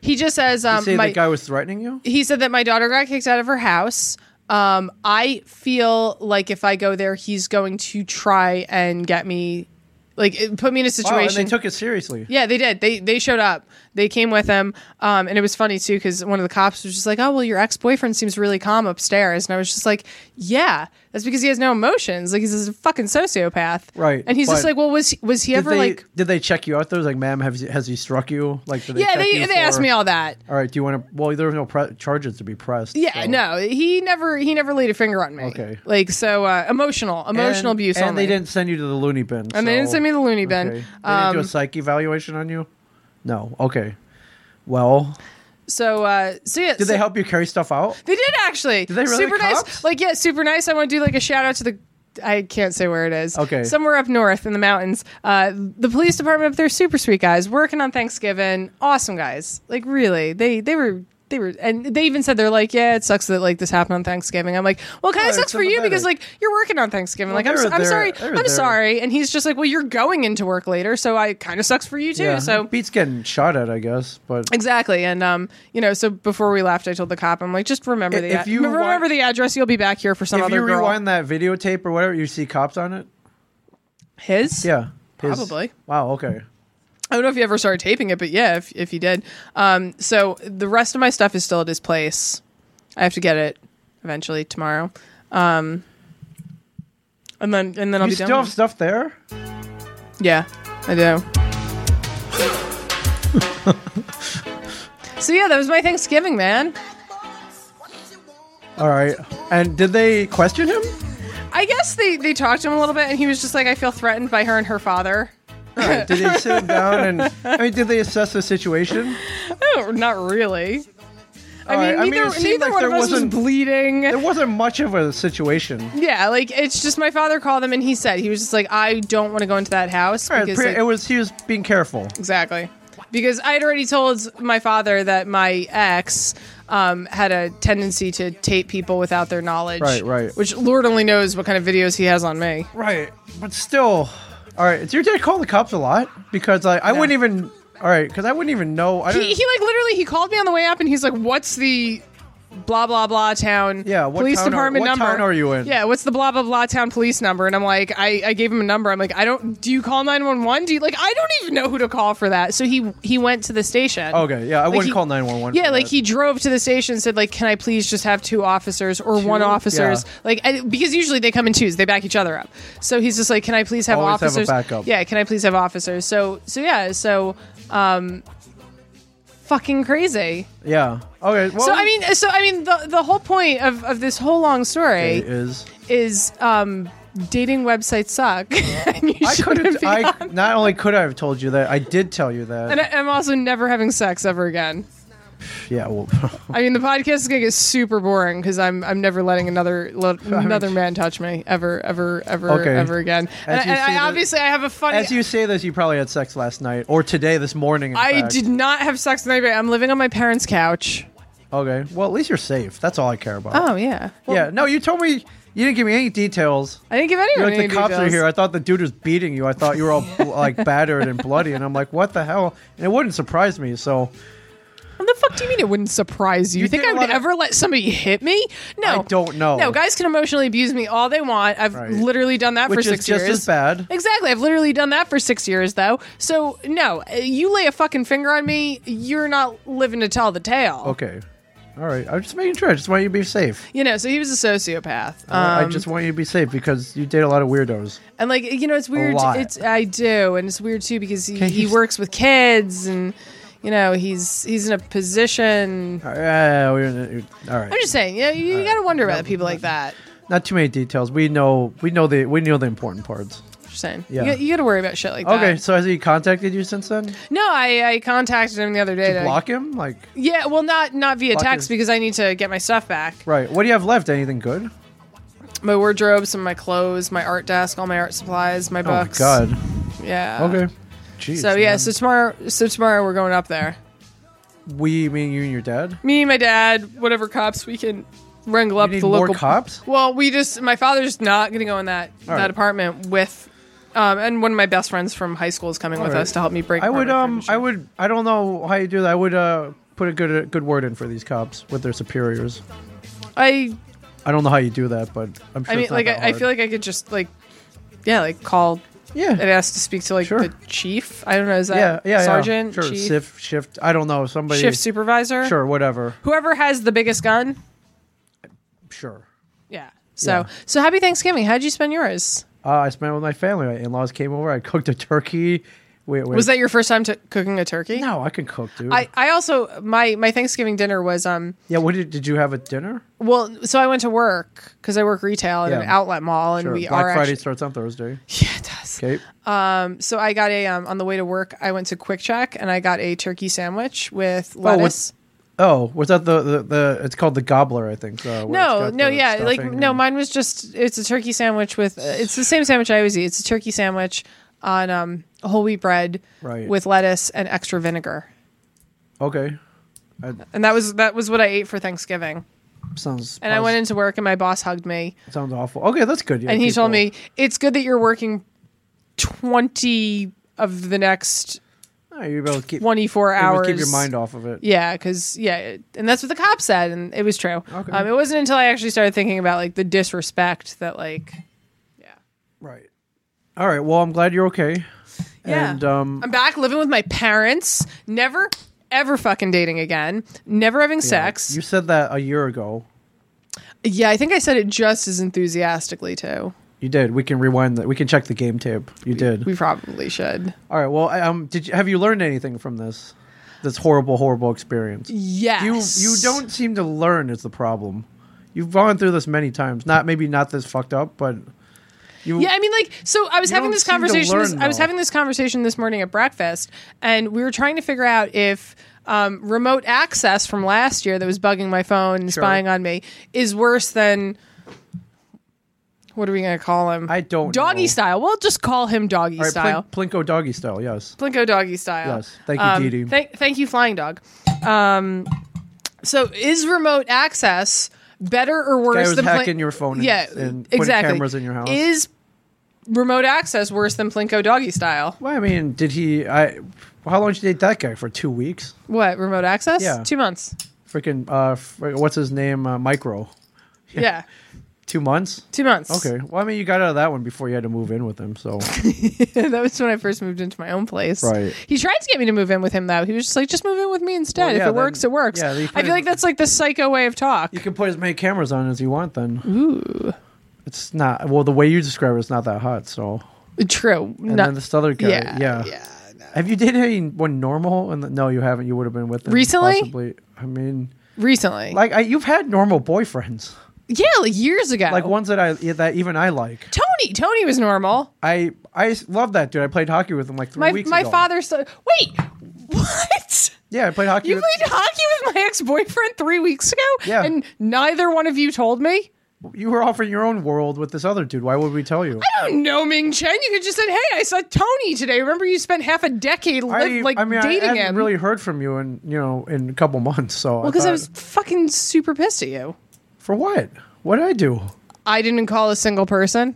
S2: He just says, um,
S1: Say
S2: my,
S1: the guy was threatening you.
S2: he said that my daughter got kicked out of her house. Um, I feel like if I go there, he's going to try and get me, like, it- put me in a
S1: Wow, Oh, and
S2: situation.
S1: they took it seriously.
S2: Yeah, they did. They they showed up. They came with him, um, and it was funny too because one of the cops was just like, "Oh, well, your ex boyfriend seems really calm upstairs," and I was just like, "Yeah, that's because he has no emotions. Like he's a fucking sociopath,
S1: Right,
S2: And he's just
S1: but-
S2: like, "Well, was he- was he
S1: Did
S2: ever
S1: they,
S2: like?"
S1: did they check you out though? Like, ma'am, has has he struck you? Like, did they
S2: Yeah,
S1: check
S2: they
S1: you
S2: they asked
S1: for-
S2: me all that.
S1: All right, do you want to? Well, there were no pre- charges to be pressed.
S2: Yeah,
S1: so-
S2: no, he never he never laid a finger on me.
S1: Okay.
S2: like so uh, emotional emotional
S1: and,
S2: abuse.
S1: And
S2: only.
S1: they didn't send you to the loony bin.
S2: And they didn't send me to the loony bin.
S1: They didn't
S2: Um,
S1: do a psych evaluation on you. No. Okay. Well,
S2: so uh, so yeah.
S1: did
S2: so-
S1: they help you carry stuff out?
S2: They did actually. Did
S1: they really,
S2: Super nice.
S1: cops?
S2: Like yeah, super nice. I want to do like a shout out to the. I can't say where it is.
S1: Okay.
S2: Somewhere up north in the mountains. Uh, the police department up there, super sweet guys, working on Thanksgiving. Awesome guys. Like really, they they were. They were, and they even said they're like, yeah, it sucks that like this happened on Thanksgiving. I'm like, well, it kind
S1: Well,
S2: of
S1: it's
S2: sucks for you
S1: sympathetic.
S2: because like you're working on Thanksgiving. like I'm,
S1: they
S2: so-
S1: were
S2: I'm
S1: there-
S2: sorry,
S1: they were
S2: I'm
S1: there.
S2: sorry, and he's just like, well, you're going into work later, so I kind of sucks for you too. So
S1: beats getting shot at, I guess. But
S2: Exactly, and um, you know, so before we left, I told the cop, I'm like, just remember the
S1: If
S2: ad-
S1: you
S2: remember
S1: rewind-
S2: the address. You'll be back here for some
S1: if
S2: other
S1: you
S2: girl.
S1: rewind that videotape or whatever, you see cops on it.
S2: His,
S1: Yeah. his-
S2: Probably.
S1: Wow. Okay.
S2: I don't know if you ever started taping it, but yeah, if if you did, um, so the rest of my stuff is still at his place. I have to get it eventually tomorrow, um, and then and then I'll
S1: You
S2: be
S1: still
S2: done.
S1: have
S2: with
S1: stuff there?
S2: it. Yeah, I do. so yeah, that was my Thanksgiving, man.
S1: All right. And did they question him?
S2: I guess they they talked to him a little bit, and he was just like, I feel threatened by her and her father.
S1: All right, did they sit him down and I mean, did they assess the situation?
S2: Oh, not really. I mean,
S1: right, I mean,
S2: neither,
S1: it seemed
S2: neither
S1: like
S2: one
S1: there
S2: of us was
S1: wasn't-
S2: bleeding.
S1: There wasn't much of a situation.
S2: yeah, like it's just my father called him and he said he was just like, I don't want to go into that house
S1: All right,
S2: because
S1: pre-
S2: like-
S1: it was he was being careful.
S2: exactly because I had already told my father that my ex um, had a tendency to tape people without their knowledge.
S1: Right, right.
S2: Which Lord only knows what kind of videos he has on me.
S1: Right, but still, all right. Did your dad call the cops a lot? Because like I wouldn't even. All right, because I wouldn't even know. I don't,
S2: He, he like literally he called me on the way up and he's like, "What's the blah blah blah town?
S1: Yeah, what
S2: police
S1: town are-
S2: department
S1: what
S2: number?
S1: town are you in?
S2: Yeah, what's the blah blah blah town police number?" And I'm like, I, I gave him a number. I'm like, I don't. Do you call nine one one? Do you like? I don't even know who to call for that. So he he went to the station.
S1: okay, yeah, I wouldn't
S2: he-
S1: call nine one one.
S2: Yeah, like he drove to the station and said, like, can I please just have two officers or one
S1: Two?
S2: officers?
S1: Yeah.
S2: Like, I, because usually they come in twos, they back each other up. So he's just like, can I please have
S1: Always have a
S2: officers?
S1: backup.
S2: Yeah, can I please have officers? So, so yeah, so, um, fucking crazy.
S1: Yeah. Okay. Well,
S2: So I mean, so I mean, the the whole point of of this whole long story
S1: it is
S2: is um dating websites suck. And you
S1: I could have.
S2: shouldn't be
S1: I
S2: on-
S1: not only could I have told you that, I did tell you that.
S2: and I, I'm also never having sex ever again.
S1: yeah. Well,
S2: I mean, the podcast is gonna get super boring because I'm I'm never letting another let, another man touch me ever ever ever
S1: Okay.
S2: ever again. And,
S1: As you
S2: and
S1: see
S2: I
S1: the-
S2: obviously I have a funny.
S1: as you say this, you probably had sex last night or today, this morning. in
S2: I
S1: fact.
S2: did not have sex with anybody. I'm living on my parents' couch.
S1: Okay. Well, at least you're safe. That's all I care about.
S2: Oh yeah. Well,
S1: yeah. No, you told me you didn't give me any details.
S2: I didn't give anyone
S1: You're like
S2: any
S1: the cops are
S2: details.
S1: here. I thought the dude was beating you. I thought you were all like battered and bloody, and I'm like, what the hell? And it wouldn't surprise me. So
S2: What the fuck do you mean it wouldn't surprise you? You
S1: You
S2: think
S1: did
S2: I
S1: a
S2: would
S1: lot of-
S2: ever let somebody hit me? No.
S1: I don't know.
S2: No, guys can emotionally abuse me all they want. I've
S1: Right.
S2: literally done that for
S1: which is
S2: six
S1: just
S2: years.
S1: as bad.
S2: Exactly. I've literally done that for six years, though. So, no, uh, you lay a fucking finger on me, you're not living to tell the tale.
S1: Okay. All right. I'm just making sure. I just want you to be safe.
S2: You know, so he was a sociopath.
S1: I- I
S2: Um,
S1: just want you to be safe because you date a lot of weirdos.
S2: and, like, you know, it's weird.
S1: lot.
S2: It's I do. And it's weird, too, because he, he
S1: he's-
S2: works with kids and, you know, he's he's in a position.
S1: Uh, we're, all right.
S2: I'm just saying, you know, you, you got to wonder about people like that.
S1: Not too many details. We know. We know the. We know the important parts.
S2: Just saying.
S1: Yeah.
S2: You, got- you got to worry about shit like that.
S1: Okay. So has he contacted you since then?
S2: No, I, I contacted him the other day. to-
S1: Block him. Like
S2: Yeah, well, not not via
S1: Block his-
S2: text because I need to get my stuff back.
S1: right. What do you have left? Anything good?
S2: My wardrobe, some of my clothes, my art desk, all my art supplies, my
S1: Oh my
S2: books.
S1: God.
S2: Yeah.
S1: Okay. Jeez.
S2: Uh, So yeah,
S1: man.
S2: so tomorrow, so tomorrow we're going up there.
S1: we mean you and your dad.
S2: Me, my dad, whatever cops we can wrangle up
S1: need
S2: the
S1: more
S2: local
S1: cops?
S2: Well, we just my father's not going to go in that
S1: All
S2: that
S1: right.
S2: apartment with, um, and one of my best friends from high school is coming with
S1: right.
S2: us to help me break.
S1: I would um
S2: apartment
S1: I
S2: furniture.
S1: would I don't know how you do that. I would uh put a good a good word in for these cops with their superiors.
S2: I
S1: I don't know how you do that, but I'm sure
S2: I mean,
S1: it's not
S2: like,
S1: that
S2: I, I
S1: hard.
S2: feel like I could just like, yeah, like call and
S1: yeah.
S2: ask to speak to like
S1: Sure.
S2: the chief. I don't know, is that
S1: Yeah, yeah, yeah.
S2: sergeant,
S1: sure.
S2: chief,
S1: Shift, shift. I don't know. Somebody.
S2: shift supervisor,
S1: Sure, whatever.
S2: whoever has the biggest gun.
S1: Sure.
S2: Yeah. So
S1: Yeah.
S2: so happy Thanksgiving. How'd you spend yours?
S1: Uh, I spent it with my family. My in-laws came over. I cooked a turkey. Wait, wait.
S2: Was that your first time to cooking a turkey?
S1: No, I can cook, dude.
S2: I, I also my my Thanksgiving dinner was um
S1: yeah. What did did you have at dinner?
S2: well so I went to work because I work retail at an
S1: Yeah.
S2: outlet mall and
S1: Sure.
S2: we
S1: Black
S2: are
S1: Friday
S2: actually,
S1: starts on Thursday.
S2: yeah it does
S1: Okay.
S2: so I got a um, on the way to work I went to Quick Check and I got a turkey sandwich with
S1: with-
S2: lettuce
S1: Oh, was that the, the, the it's called the gobbler, I think. Uh, where it's
S2: No,
S1: got
S2: no,
S1: the
S2: yeah, like
S1: stuffing
S2: no.
S1: and-
S2: Mine was just it's a turkey sandwich with uh, it's the same sandwich I always eat. It's a turkey sandwich on um whole wheat bread
S1: Right.
S2: with lettuce and extra vinegar,
S1: Okay. I,
S2: and that was that was what I ate for Thanksgiving.
S1: sounds
S2: And I went into work and my boss hugged me
S1: sounds awful. Okay, that's good. Yeah,
S2: and he
S1: people-
S2: told me it's good that you're working twenty of the next
S1: oh, you're able to keep,
S2: twenty four
S1: able
S2: hours.
S1: to keep your mind off of it.
S2: Yeah, because yeah, it- and that's what the cop said, and it was true.
S1: Okay.
S2: Um, it wasn't until I actually started thinking about like the disrespect that like, yeah.
S1: Right. All right. Well, I'm glad you're okay.
S2: Yeah.
S1: And um,
S2: I'm back living with my parents. Never, ever fucking dating again. Never having sex.
S1: you said that a year ago.
S2: yeah, I think I said it just as enthusiastically too.
S1: You did. We can rewind that. We can check the game tape. You did.
S2: We probably should.
S1: All right. Well, I- um, did you, have you learned anything from this? This horrible, horrible experience. You
S2: Yes.
S1: you don't seem to learn is the problem. You've gone through this many times. Not maybe not this fucked up, but you.
S2: Yeah, I mean, like, so I was
S1: You
S2: having
S1: don't
S2: this
S1: seem to
S2: conversation. this,
S1: learn,
S2: I was
S1: though.
S2: having this conversation this morning at breakfast, and we were trying to figure out if um, remote access from last year that was bugging my phone and
S1: Sure.
S2: spying on me is worse than. What are we going to call him?
S1: I don't
S2: Doggy
S1: know.
S2: style. We'll just call him doggy
S1: All right, Plin-
S2: style.
S1: Plinko doggy style. Yes.
S2: Plinko doggy style.
S1: Yes. E Thank you,
S2: um,
S1: Dee Dee.
S2: Thank, thank you, flying dog. Um, so is remote access better or worse
S1: Guy was
S2: than
S1: hacking your phone and-
S2: yeah,
S1: and putting
S2: exactly.
S1: cameras in your house.
S2: Is remote access worse than Plinko doggy style?
S1: Well, I mean, did he? I. How long did you date that guy for? Two weeks.
S2: What remote access?
S1: Yeah.
S2: two months.
S1: Freaking. Uh, fr- what's his name? Uh, Micro.
S2: Yeah.
S1: Two months.
S2: two months.
S1: Okay. Well, I mean, you got out of that one before you had to move in with him. So
S2: that was when I first moved into my own place.
S1: Right.
S2: He tried to get me to move in with him though. He was just like, just move in with me instead.
S1: Well,
S2: if
S1: yeah,
S2: it
S1: then-
S2: works, it works.
S1: yeah, they
S2: I
S1: kinda-
S2: feel like that's like the psycho way of talk.
S1: you can put as many cameras on as you want. Then.
S2: Mm-hmm.
S1: Ooh. It's not well. The way you describe it, it's not that hot. So.
S2: True.
S1: And
S2: Not-
S1: then this other guy.
S2: yeah.
S1: Yeah.
S2: Yeah.
S1: Have you dated anyone normal? And no, you haven't. You would have been with them
S2: Recently?
S1: Possibly. I mean,
S2: Recently.
S1: like I, you've had normal boyfriends,
S2: Yeah, like years ago.
S1: like ones that I that even I like.
S2: Tony. Tony was normal.
S1: I I love that dude. I played hockey with him like three
S2: My
S1: weeks
S2: my
S1: ago.
S2: father said, "Wait, what?
S1: Yeah, I played hockey.
S2: You
S1: with,
S2: played hockey with my ex boyfriend three weeks ago,
S1: Yeah.
S2: and neither one of you told me."
S1: You were off in your own world with this other dude. Why would we tell you?
S2: I don't know, Ming Chen. You could just said, "Hey, I saw Tony today." Remember, you spent half a decade li- like
S1: I mean,
S2: dating
S1: I haven't
S2: him.
S1: really heard from you in you know in a couple months. So
S2: well, because I
S1: thought-
S2: was fucking super pissed at you.
S1: for what? What did I do?
S2: I didn't call a single person.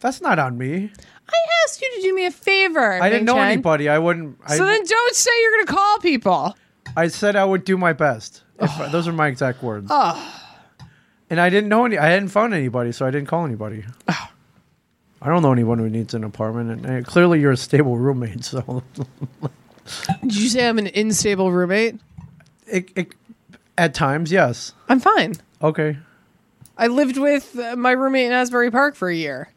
S1: That's not on me.
S2: I asked you to do me a favor.
S1: I didn't
S2: Ming
S1: know
S2: Chen.
S1: anybody. I wouldn't. I,
S2: So then, don't say you're going to call people.
S1: I said I would do my best. If, those are my exact words.
S2: Ah.
S1: And I didn't know any. I hadn't found anybody, so I didn't call anybody.
S2: Ah.
S1: I don't know anyone who needs an apartment, and, and clearly you're a stable roommate. So
S2: Did you say I'm an unstable roommate?
S1: it, it, at times, yes.
S2: I'm fine.
S1: Okay,
S2: I lived with uh, my roommate in Asbury Park for a year.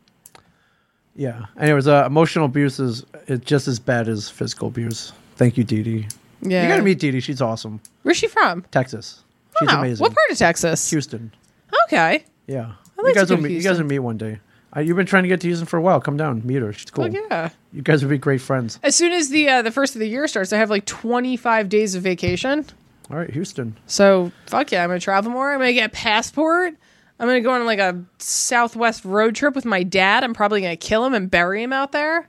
S1: yeah. Anyways, uh, emotional abuse is it's just as bad as physical abuse. Thank you, Dee Dee.
S2: Yeah.
S1: You gotta meet Dee Dee. She's awesome.
S2: Where's she from?
S1: Texas. She's
S2: Wow.
S1: amazing.
S2: What part of Texas?
S1: Houston.
S2: Okay.
S1: Yeah. you
S2: like to
S1: guys
S2: go
S1: will
S2: to
S1: meet. You guys
S2: Houston.
S1: will meet one day. I, you've been trying to get to Houston for a while. Come down, meet her. She's cool.
S2: Well, yeah.
S1: You guys would be great friends.
S2: As soon as the uh, the first of the year starts, I have like 25 days of vacation.
S1: All right, Houston.
S2: So fuck yeah, I'm gonna travel more. I'm gonna get a passport. I'm gonna go on like a Southwest road trip with my dad. I'm probably gonna kill him and bury him out there.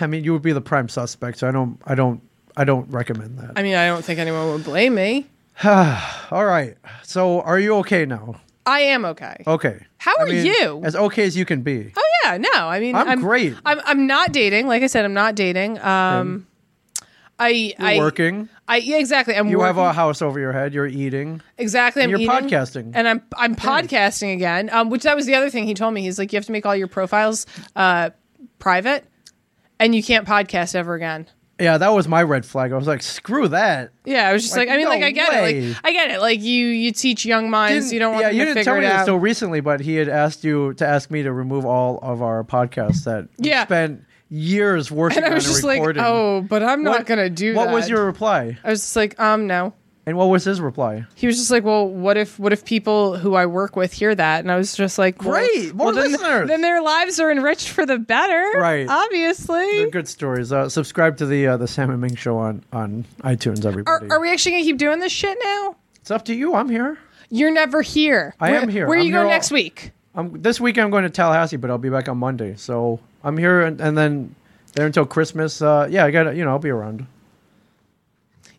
S1: I mean, you would be the prime suspect. So I don't. I don't. I don't recommend that.
S2: I mean, I don't think anyone would blame me.
S1: All right. So are you okay now?
S2: I am okay.
S1: Okay.
S2: How
S1: Oh, I
S2: are
S1: mean,
S2: you?
S1: As okay as you can be.
S2: Oh yeah, no. I mean,
S1: I'm great.
S2: I'm I'm not dating. Like I said, I'm not dating. Um, I
S1: You're
S2: I
S1: working.
S2: I yeah, exactly. I'm
S1: You
S2: working.
S1: have a house over your head. You're eating.
S2: exactly. I'm
S1: you're
S2: eating,
S1: podcasting.
S2: and I'm I'm podcasting again. Um, which that was the other thing he told me. He's like, you have to make all your profiles uh private, and you can't podcast ever again.
S1: Yeah, that was my red flag. I was like, screw that.
S2: Yeah, I was just
S1: Like,
S2: like, I mean,
S1: no
S2: like I get it,
S1: way.
S2: like I get it, like you you teach young minds,
S1: Didn't-
S2: you don't want
S1: yeah,
S2: them
S1: you
S2: to
S1: didn't
S2: figure
S1: tell me
S2: it
S1: this
S2: out.
S1: until recently, but he had asked you to ask me to remove all of our podcasts that we
S2: Yeah.
S1: spent years working
S2: and I was
S1: on and
S2: just
S1: recording.
S2: like, oh, but I'm not
S1: What-
S2: gonna do
S1: What
S2: that.
S1: was your reply?
S2: I was just like, um, no.
S1: And what was his reply?
S2: he was just like, "Well, what if what if people who I work with hear that?" And I was just like, well-
S1: Great, more
S2: well, then,
S1: listeners.
S2: Then their lives are enriched for the better,
S1: Right. They're
S2: Obviously.
S1: good stories. Uh, subscribe to the uh, the Sam and Ming show on on iTunes.
S2: Are,
S1: Everybody,
S2: are we actually gonna keep doing this shit now?
S1: it's up to you. I'm here.
S2: You're never here.
S1: I
S2: where,
S1: am here.
S2: Where
S1: I'm
S2: you go
S1: here all-
S2: next week?
S1: I'm this week. I'm going to Tallahassee, but I'll be back on Monday. So I'm here, and, and then there until Christmas. Uh, yeah, I got to you know I'll be around.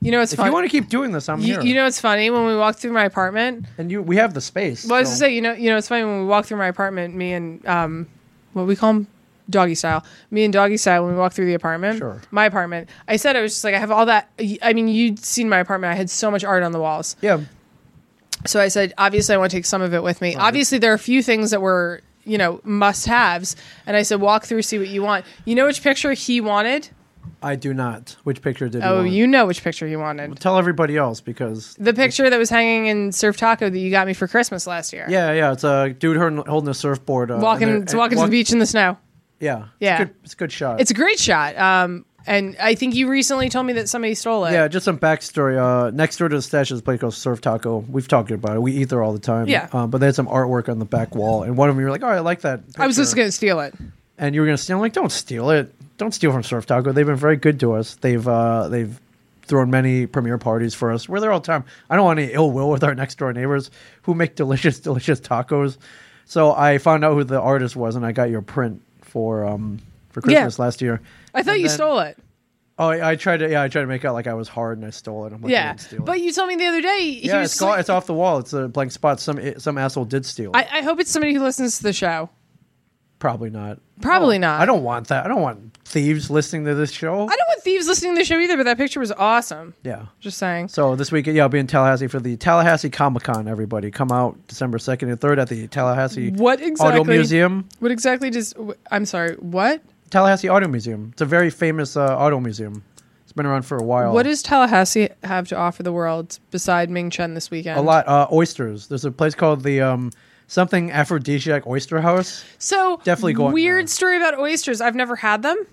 S2: You know it's
S1: If you want
S2: funny.
S1: to keep doing this, I'm
S2: You,
S1: here.
S2: you know it's funny when we walked through my apartment.
S1: and you we have the space.
S2: Well, I was
S1: so-
S2: gonna say, you know, you know, it's funny when we walked through my apartment. Me and um, what we call him, doggy style. Me and doggy style. When we walked through the apartment,
S1: Sure.
S2: my apartment. I said I was just like, I have all that. I mean, you'd seen my apartment. I had so much art on the walls.
S1: yeah.
S2: So I said, obviously, I want to take some of it with me. Obviously, there are a few things that were, you know, must haves. And I said, walk through, see what you want. You know which picture he wanted?
S1: I do not. Which picture did you?
S2: Oh,
S1: want?
S2: you know which picture he wanted.
S1: tell everybody else because
S2: The picture that was hanging in Surf Taco that you got me for Christmas last year.
S1: yeah, yeah, it's a dude hurn- holding a surfboard, uh, and
S2: Walking,
S1: they're-
S2: it's
S1: and
S2: walking
S1: walk-
S2: to the beach in the snow.
S1: Yeah, it's
S2: Yeah.
S1: a good, it's a good shot.
S2: It's a great shot. Um, and I think you recently told me that somebody stole it.
S1: yeah, just some backstory. Uh, next door to the stash is a place called Surf Taco. We've talked about it. We eat there all the time.
S2: Yeah.
S1: Uh, but they had some artwork on the back wall, and one of them you were like, "Oh, I like that."
S2: I was
S1: picture."
S2: just going to steal it.
S1: and you were gonna steal. I'm like, don't steal it. Don't steal from Surf Taco. They've been very good to us. They've uh, they've thrown many premiere parties for us. We're there all the time. I don't want any ill will with our next door neighbors who make delicious, delicious tacos. So I found out who the artist was, and I got your print for um for
S2: Yeah.
S1: Christmas last year.
S2: I thought
S1: And
S2: you
S1: then-
S2: stole it.
S1: Oh, I, I tried to yeah, I tried to make out like I was hard and I stole it. I'm like, I
S2: Yeah.
S1: didn't steal
S2: But
S1: it.
S2: you told me the other day. he
S1: yeah,
S2: was
S1: it's,
S2: like-
S1: called, it's off the wall. It's a blank spot. Some eh, some asshole did steal. it.
S2: I, I hope it's somebody who listens to the show.
S1: Probably not.
S2: Probably not.
S1: Oh, I don't want that. I don't want thieves listening to this show.
S2: I don't want thieves listening to the show either, but that picture was awesome.
S1: yeah.
S2: Just saying.
S1: So this week, yeah, I'll be in Tallahassee for the Tallahassee Comic Con. Everybody, come out December second and third at the Tallahassee
S2: What exactly?
S1: Auto Museum.
S2: What exactly does? wh- I'm sorry. What?
S1: Tallahassee Auto Museum. It's a very famous uh, auto museum. It's been around for a while.
S2: What does Tallahassee have to offer the world beside Ming Chen this weekend?
S1: a lot? Uh, oysters. There's a place called the um, something aphrodisiac oyster house.
S2: So
S1: Definitely going
S2: Weird
S1: there.
S2: story about oysters. I've never had them.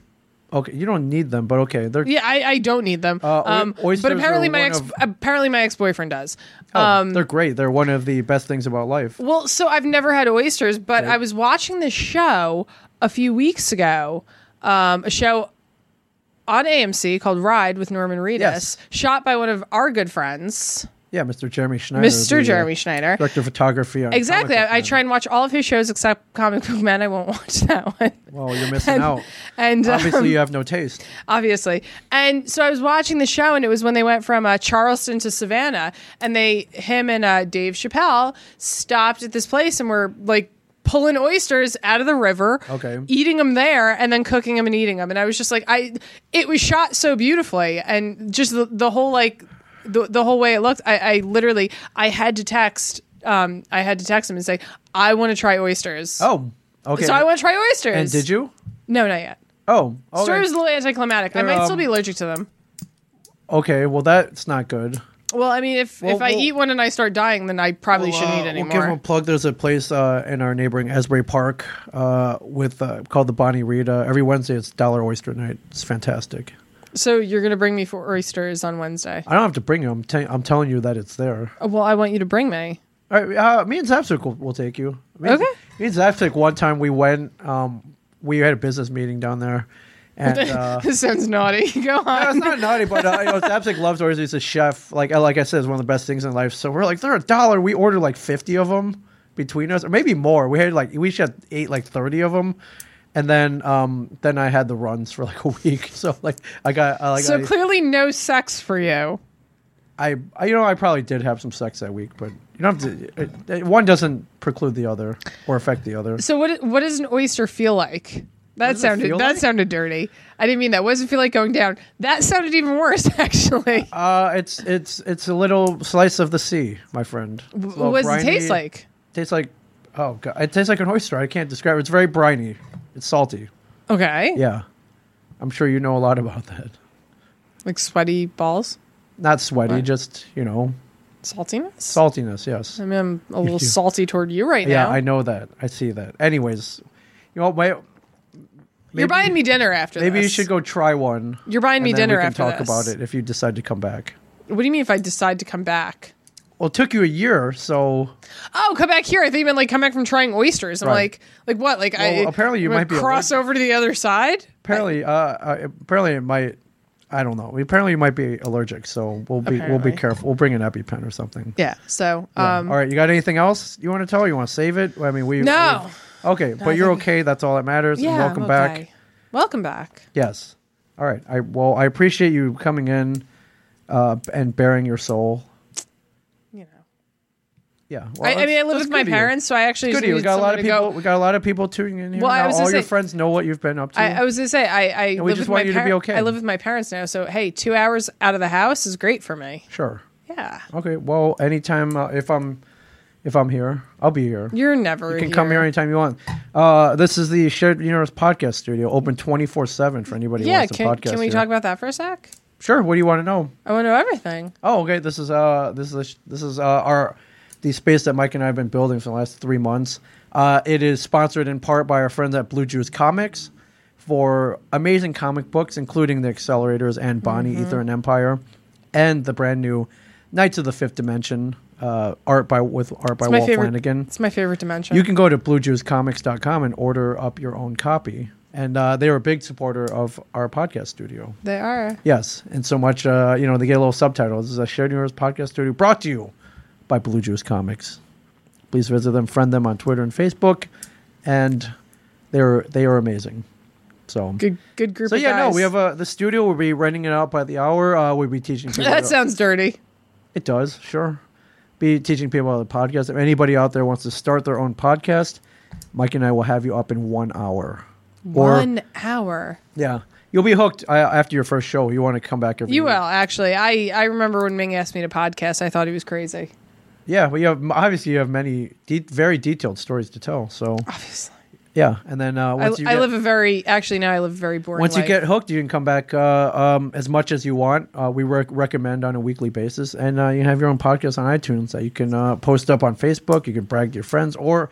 S1: Okay, you don't need them, but okay, they're
S2: Yeah, I, I don't need them.
S1: Uh, oy-
S2: um,
S1: oysters
S2: but
S1: are
S2: apparently my
S1: one
S2: ex
S1: of-
S2: apparently my ex boyfriend does.
S1: oh,
S2: um,
S1: they're great. They're one of the best things about life.
S2: Well, so I've never had oysters, but I was watching this show a few weeks ago, um, a show on AMC called Ride with Norman Reedus,
S1: Yes.
S2: shot by one of our good friends,
S1: Yeah, Mr. Jeremy Schneider. the,
S2: Mr.
S1: uh,
S2: Jeremy Schneider.
S1: Director of photography. On
S2: Exactly.
S1: Comic Book
S2: I, I
S1: Man.
S2: try and watch all of his shows except Comic Book Man. I won't watch that one.
S1: Well, you're missing
S2: And-
S1: out.
S2: And um,
S1: Obviously, you have no taste.
S2: obviously. And so I was watching the show, and it was when they went from uh, Charleston to Savannah, and they, him and uh, Dave Chappelle, stopped at this place and were like pulling oysters out of the river,
S1: Okay.
S2: eating them there, and then cooking them and eating them. And I was just like, I, it was shot so beautifully, and just the, the whole like, the, the whole way it looked. I, I literally, I had to text. Um, I had to text him and say, I want to try oysters.
S1: Oh, okay.
S2: So I want to try oysters.
S1: and did you?
S2: No, not yet.
S1: Oh, okay.
S2: Story was a little anticlimactic. I
S1: They're,
S2: might
S1: um,
S2: still be allergic to them.
S1: okay. Well, that's not good.
S2: Well, I mean, if if I
S1: we'll-
S2: eat one and I start dying, then I probably
S1: Well,
S2: shouldn't
S1: uh,
S2: eat
S1: We'll give
S2: anymore.
S1: them a plug. There's a place uh, in our neighboring Esbury Park uh, with uh, called the Bonnie Rita. Every Wednesday, it's Dollar Oyster Night. It's fantastic.
S2: so you're gonna bring me for oysters on Wednesday?
S1: I don't have to bring you. I'm, te- I'm telling you that it's there.
S2: Uh, Well, I want you to bring me.
S1: All right, uh, me and Zapsik will, will take you. Me and-
S2: Okay.
S1: Me and Zapsik, one time we went, um, we had a business meeting down there. And uh,
S2: this sounds naughty. Go
S1: no, it's
S2: on.
S1: not naughty, but uh, you know, Zapsik loves ours. He's a chef. Like uh, like I said, it's one of the best things in life. So we're like, they're a dollar. We ordered like 50 of them between us, or maybe more. We had like, we each had eight, like 30 of them. And then, um, then I had the runs for like a week. So like, I got, I like,
S2: so
S1: I,
S2: clearly, no sex for you.
S1: I, I, you know, I probably did have some sex that week, but you don't have to. It, it, one doesn't preclude the other or affect the other.
S2: So what? What does an oyster feel like? That
S1: does it
S2: sounded
S1: feel
S2: that
S1: like?
S2: sounded dirty. I didn't mean that. What does it feel like going down? That sounded even worse, actually.
S1: Uh, it's it's it's a little slice of the sea, my friend. It's a little
S2: what does it taste
S1: briny.
S2: like?
S1: tastes like oh god, it tastes like an oyster. I can't describe. it. It's very briny. It's salty.
S2: Okay,
S1: Yeah, I'm sure you know a lot about that.
S2: like sweaty balls,
S1: Not sweaty,
S2: Right.
S1: just you know
S2: saltiness.
S1: saltiness. Yes.
S2: I mean, I'm a little
S1: do.
S2: salty toward you right
S1: Yeah,
S2: now.
S1: I know that. I see that. Anyways, you know, wait,
S2: You're buying me dinner after
S1: maybe
S2: this.
S1: you should go try one.
S2: You're buying me
S1: and then
S2: dinner
S1: we can
S2: after
S1: talk
S2: this.
S1: about it if you decide to come back.
S2: What do you mean if I decide to come back?
S1: Well, it took you a year, so
S2: Oh, come back here. I think you meant like come back from trying oysters. I'm
S1: Right.
S2: like, like what? Like I
S1: Well, apparently you
S2: I'm gonna
S1: might be
S2: cross over to the other side.
S1: apparently, uh, uh, apparently it might. I don't know. Apparently, you might be allergic, so we'll be we'll
S2: Apparently.
S1: be careful. We'll bring an EpiPen or something.
S2: Yeah. So,
S1: Yeah.
S2: um,
S1: all right, you got anything else you want to tell? You want to save it? I mean, we
S2: No.
S1: we- okay, but you're okay. That's all that matters.
S2: yeah.
S1: and welcome
S2: I'm
S1: back.
S2: okay. Welcome back.
S1: Yes. All right. I well, I appreciate you coming in uh, and bearing your soul.
S2: You know,
S1: Yeah.
S2: I, I
S1: that's-
S2: mean, I live
S1: that's
S2: with my
S1: good of you.
S2: parents, so I actually
S1: Good
S2: just
S1: of you. We
S2: needed
S1: got a lot of
S2: someone
S1: people.
S2: to go-
S1: We got a lot of people tuning in here.
S2: Well, I
S1: now.
S2: was gonna
S1: all your
S2: say-
S1: friends know what you've been up to.
S2: I, I was gonna say I I
S1: we
S2: live
S1: just
S2: with
S1: want
S2: my
S1: you to be
S2: par-
S1: okay.
S2: I live with my parents now, so hey, two hours out of the house is great for me.
S1: sure.
S2: Yeah,
S1: Okay. Well, anytime uh, if I'm if I'm here, I'll be here.
S2: you're never
S1: You can come here anytime you want. Uh, this is the Shared Universe Podcast Studio, open twenty four seven for anybody who
S2: Yeah,
S1: wants
S2: can
S1: to podcast.
S2: can we
S1: here.
S2: talk about that for a sec?
S1: Sure. What do you want to know?
S2: I want to know everything.
S1: Oh, okay. This is uh, this is this is uh, our the space that Mike and I have been building for the last three months. Uh, it is sponsored in part by our friends at Blue Juice Comics for amazing comic books, including the Accelerators and Bonnie,
S2: Mm-hmm.
S1: Ether, and Empire, and the brand new Knights of the Fifth Dimension uh, art by with art by
S2: my
S1: Walt
S2: favorite-
S1: Flanagan.
S2: It's my favorite dimension.
S1: You can go to bluejuicecomics.com and order up your own copy. And uh, they are a big supporter of our podcast studio.
S2: They are.
S1: Yes, and so much. Uh, you know, they get a little subtitle. This is a Shared Universe podcast studio brought to you by Blue Juice Comics. Please visit them, friend them on Twitter and Facebook, and they're they are amazing. So
S2: Good good group
S1: So
S2: of
S1: yeah,
S2: guys.
S1: no, we have a the studio. We'll be renting it out by the hour. Uh, we'll be teaching. People
S2: That
S1: to-
S2: sounds dirty.
S1: it does, sure. Be teaching people how to podcast. If anybody out there wants to start their own podcast, Mike and I will have you up in one hour.
S2: One hour.
S1: yeah, you'll be hooked uh, after your first show. You want to come back every
S2: You
S1: week.
S2: will, actually. I, I remember when Ming asked me to podcast, I thought he was crazy.
S1: Yeah, well, you have obviously you have many de- very detailed stories to tell. So
S2: Obviously.
S1: yeah, and then uh,
S2: I,
S1: once you
S2: I
S1: get,
S2: live a very, actually, now I live a very boring
S1: once you
S2: life.
S1: get hooked, you can come back uh, um, as much as you want. Uh, we rec- recommend on a weekly basis, and uh, you have your own podcast on iTunes that you can uh, post up on Facebook. You can brag to your friends, or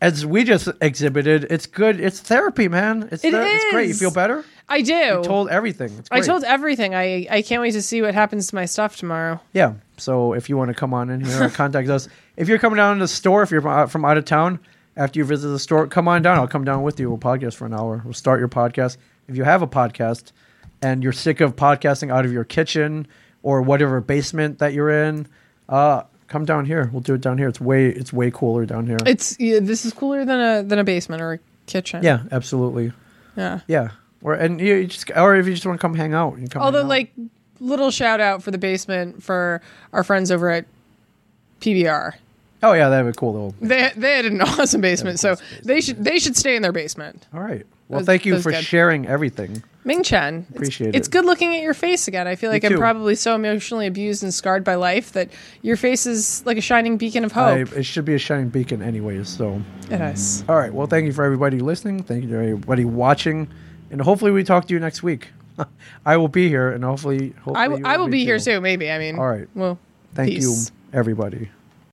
S1: as we just exhibited, it's good. It's therapy, man. It's
S2: It
S1: ther- it's great. You
S2: is.
S1: feel better.
S2: I do.
S1: Told everything. It's
S2: I
S1: great.
S2: told everything. I, I can't wait to see what happens to my stuff tomorrow.
S1: Yeah. So if you want to come on in here, contact us. If you're coming down to the store, if you're from out- from out of town, after you visit the store, come on down. I'll come down with you. We'll podcast for an hour. We'll start your podcast. If you have a podcast and you're sick of podcasting out of your kitchen or whatever basement that you're in, Uh, come down here. We'll do it down here. It's way it's way cooler down here.
S2: It's yeah, this is cooler than a than a basement or a kitchen.
S1: yeah, absolutely.
S2: Yeah.
S1: Yeah. Or and you you just or if you just want to come hang out, you can come. hang
S2: Although,
S1: out.
S2: like, little shout out for the basement for our friends over at PBR.
S1: oh yeah, that'd be cool though.
S2: They they had an awesome basement, so they should they should stay in their basement.
S1: All right. Well,
S2: Those-
S1: thank you
S2: those
S1: for
S2: good.
S1: sharing everything.
S2: Ming Chen, it's-
S1: Appreciate
S2: it's,
S1: it.
S2: good looking at your face again. I feel like I'm
S1: too.
S2: probably so emotionally abused and scarred by life that your face is like a shining beacon of
S1: I,
S2: hope.
S1: it should be a shining beacon, anyways. So,
S2: it is.
S1: all right. Well, thank you for everybody listening. Thank you to everybody watching, and hopefully we talk to you next week. I will be here, and hopefully, hopefully
S2: I,
S1: you
S2: w- I will be here
S1: too.
S2: soon. Maybe. I mean.
S1: All right.
S2: Well.
S1: Thank
S2: peace.
S1: you, everybody.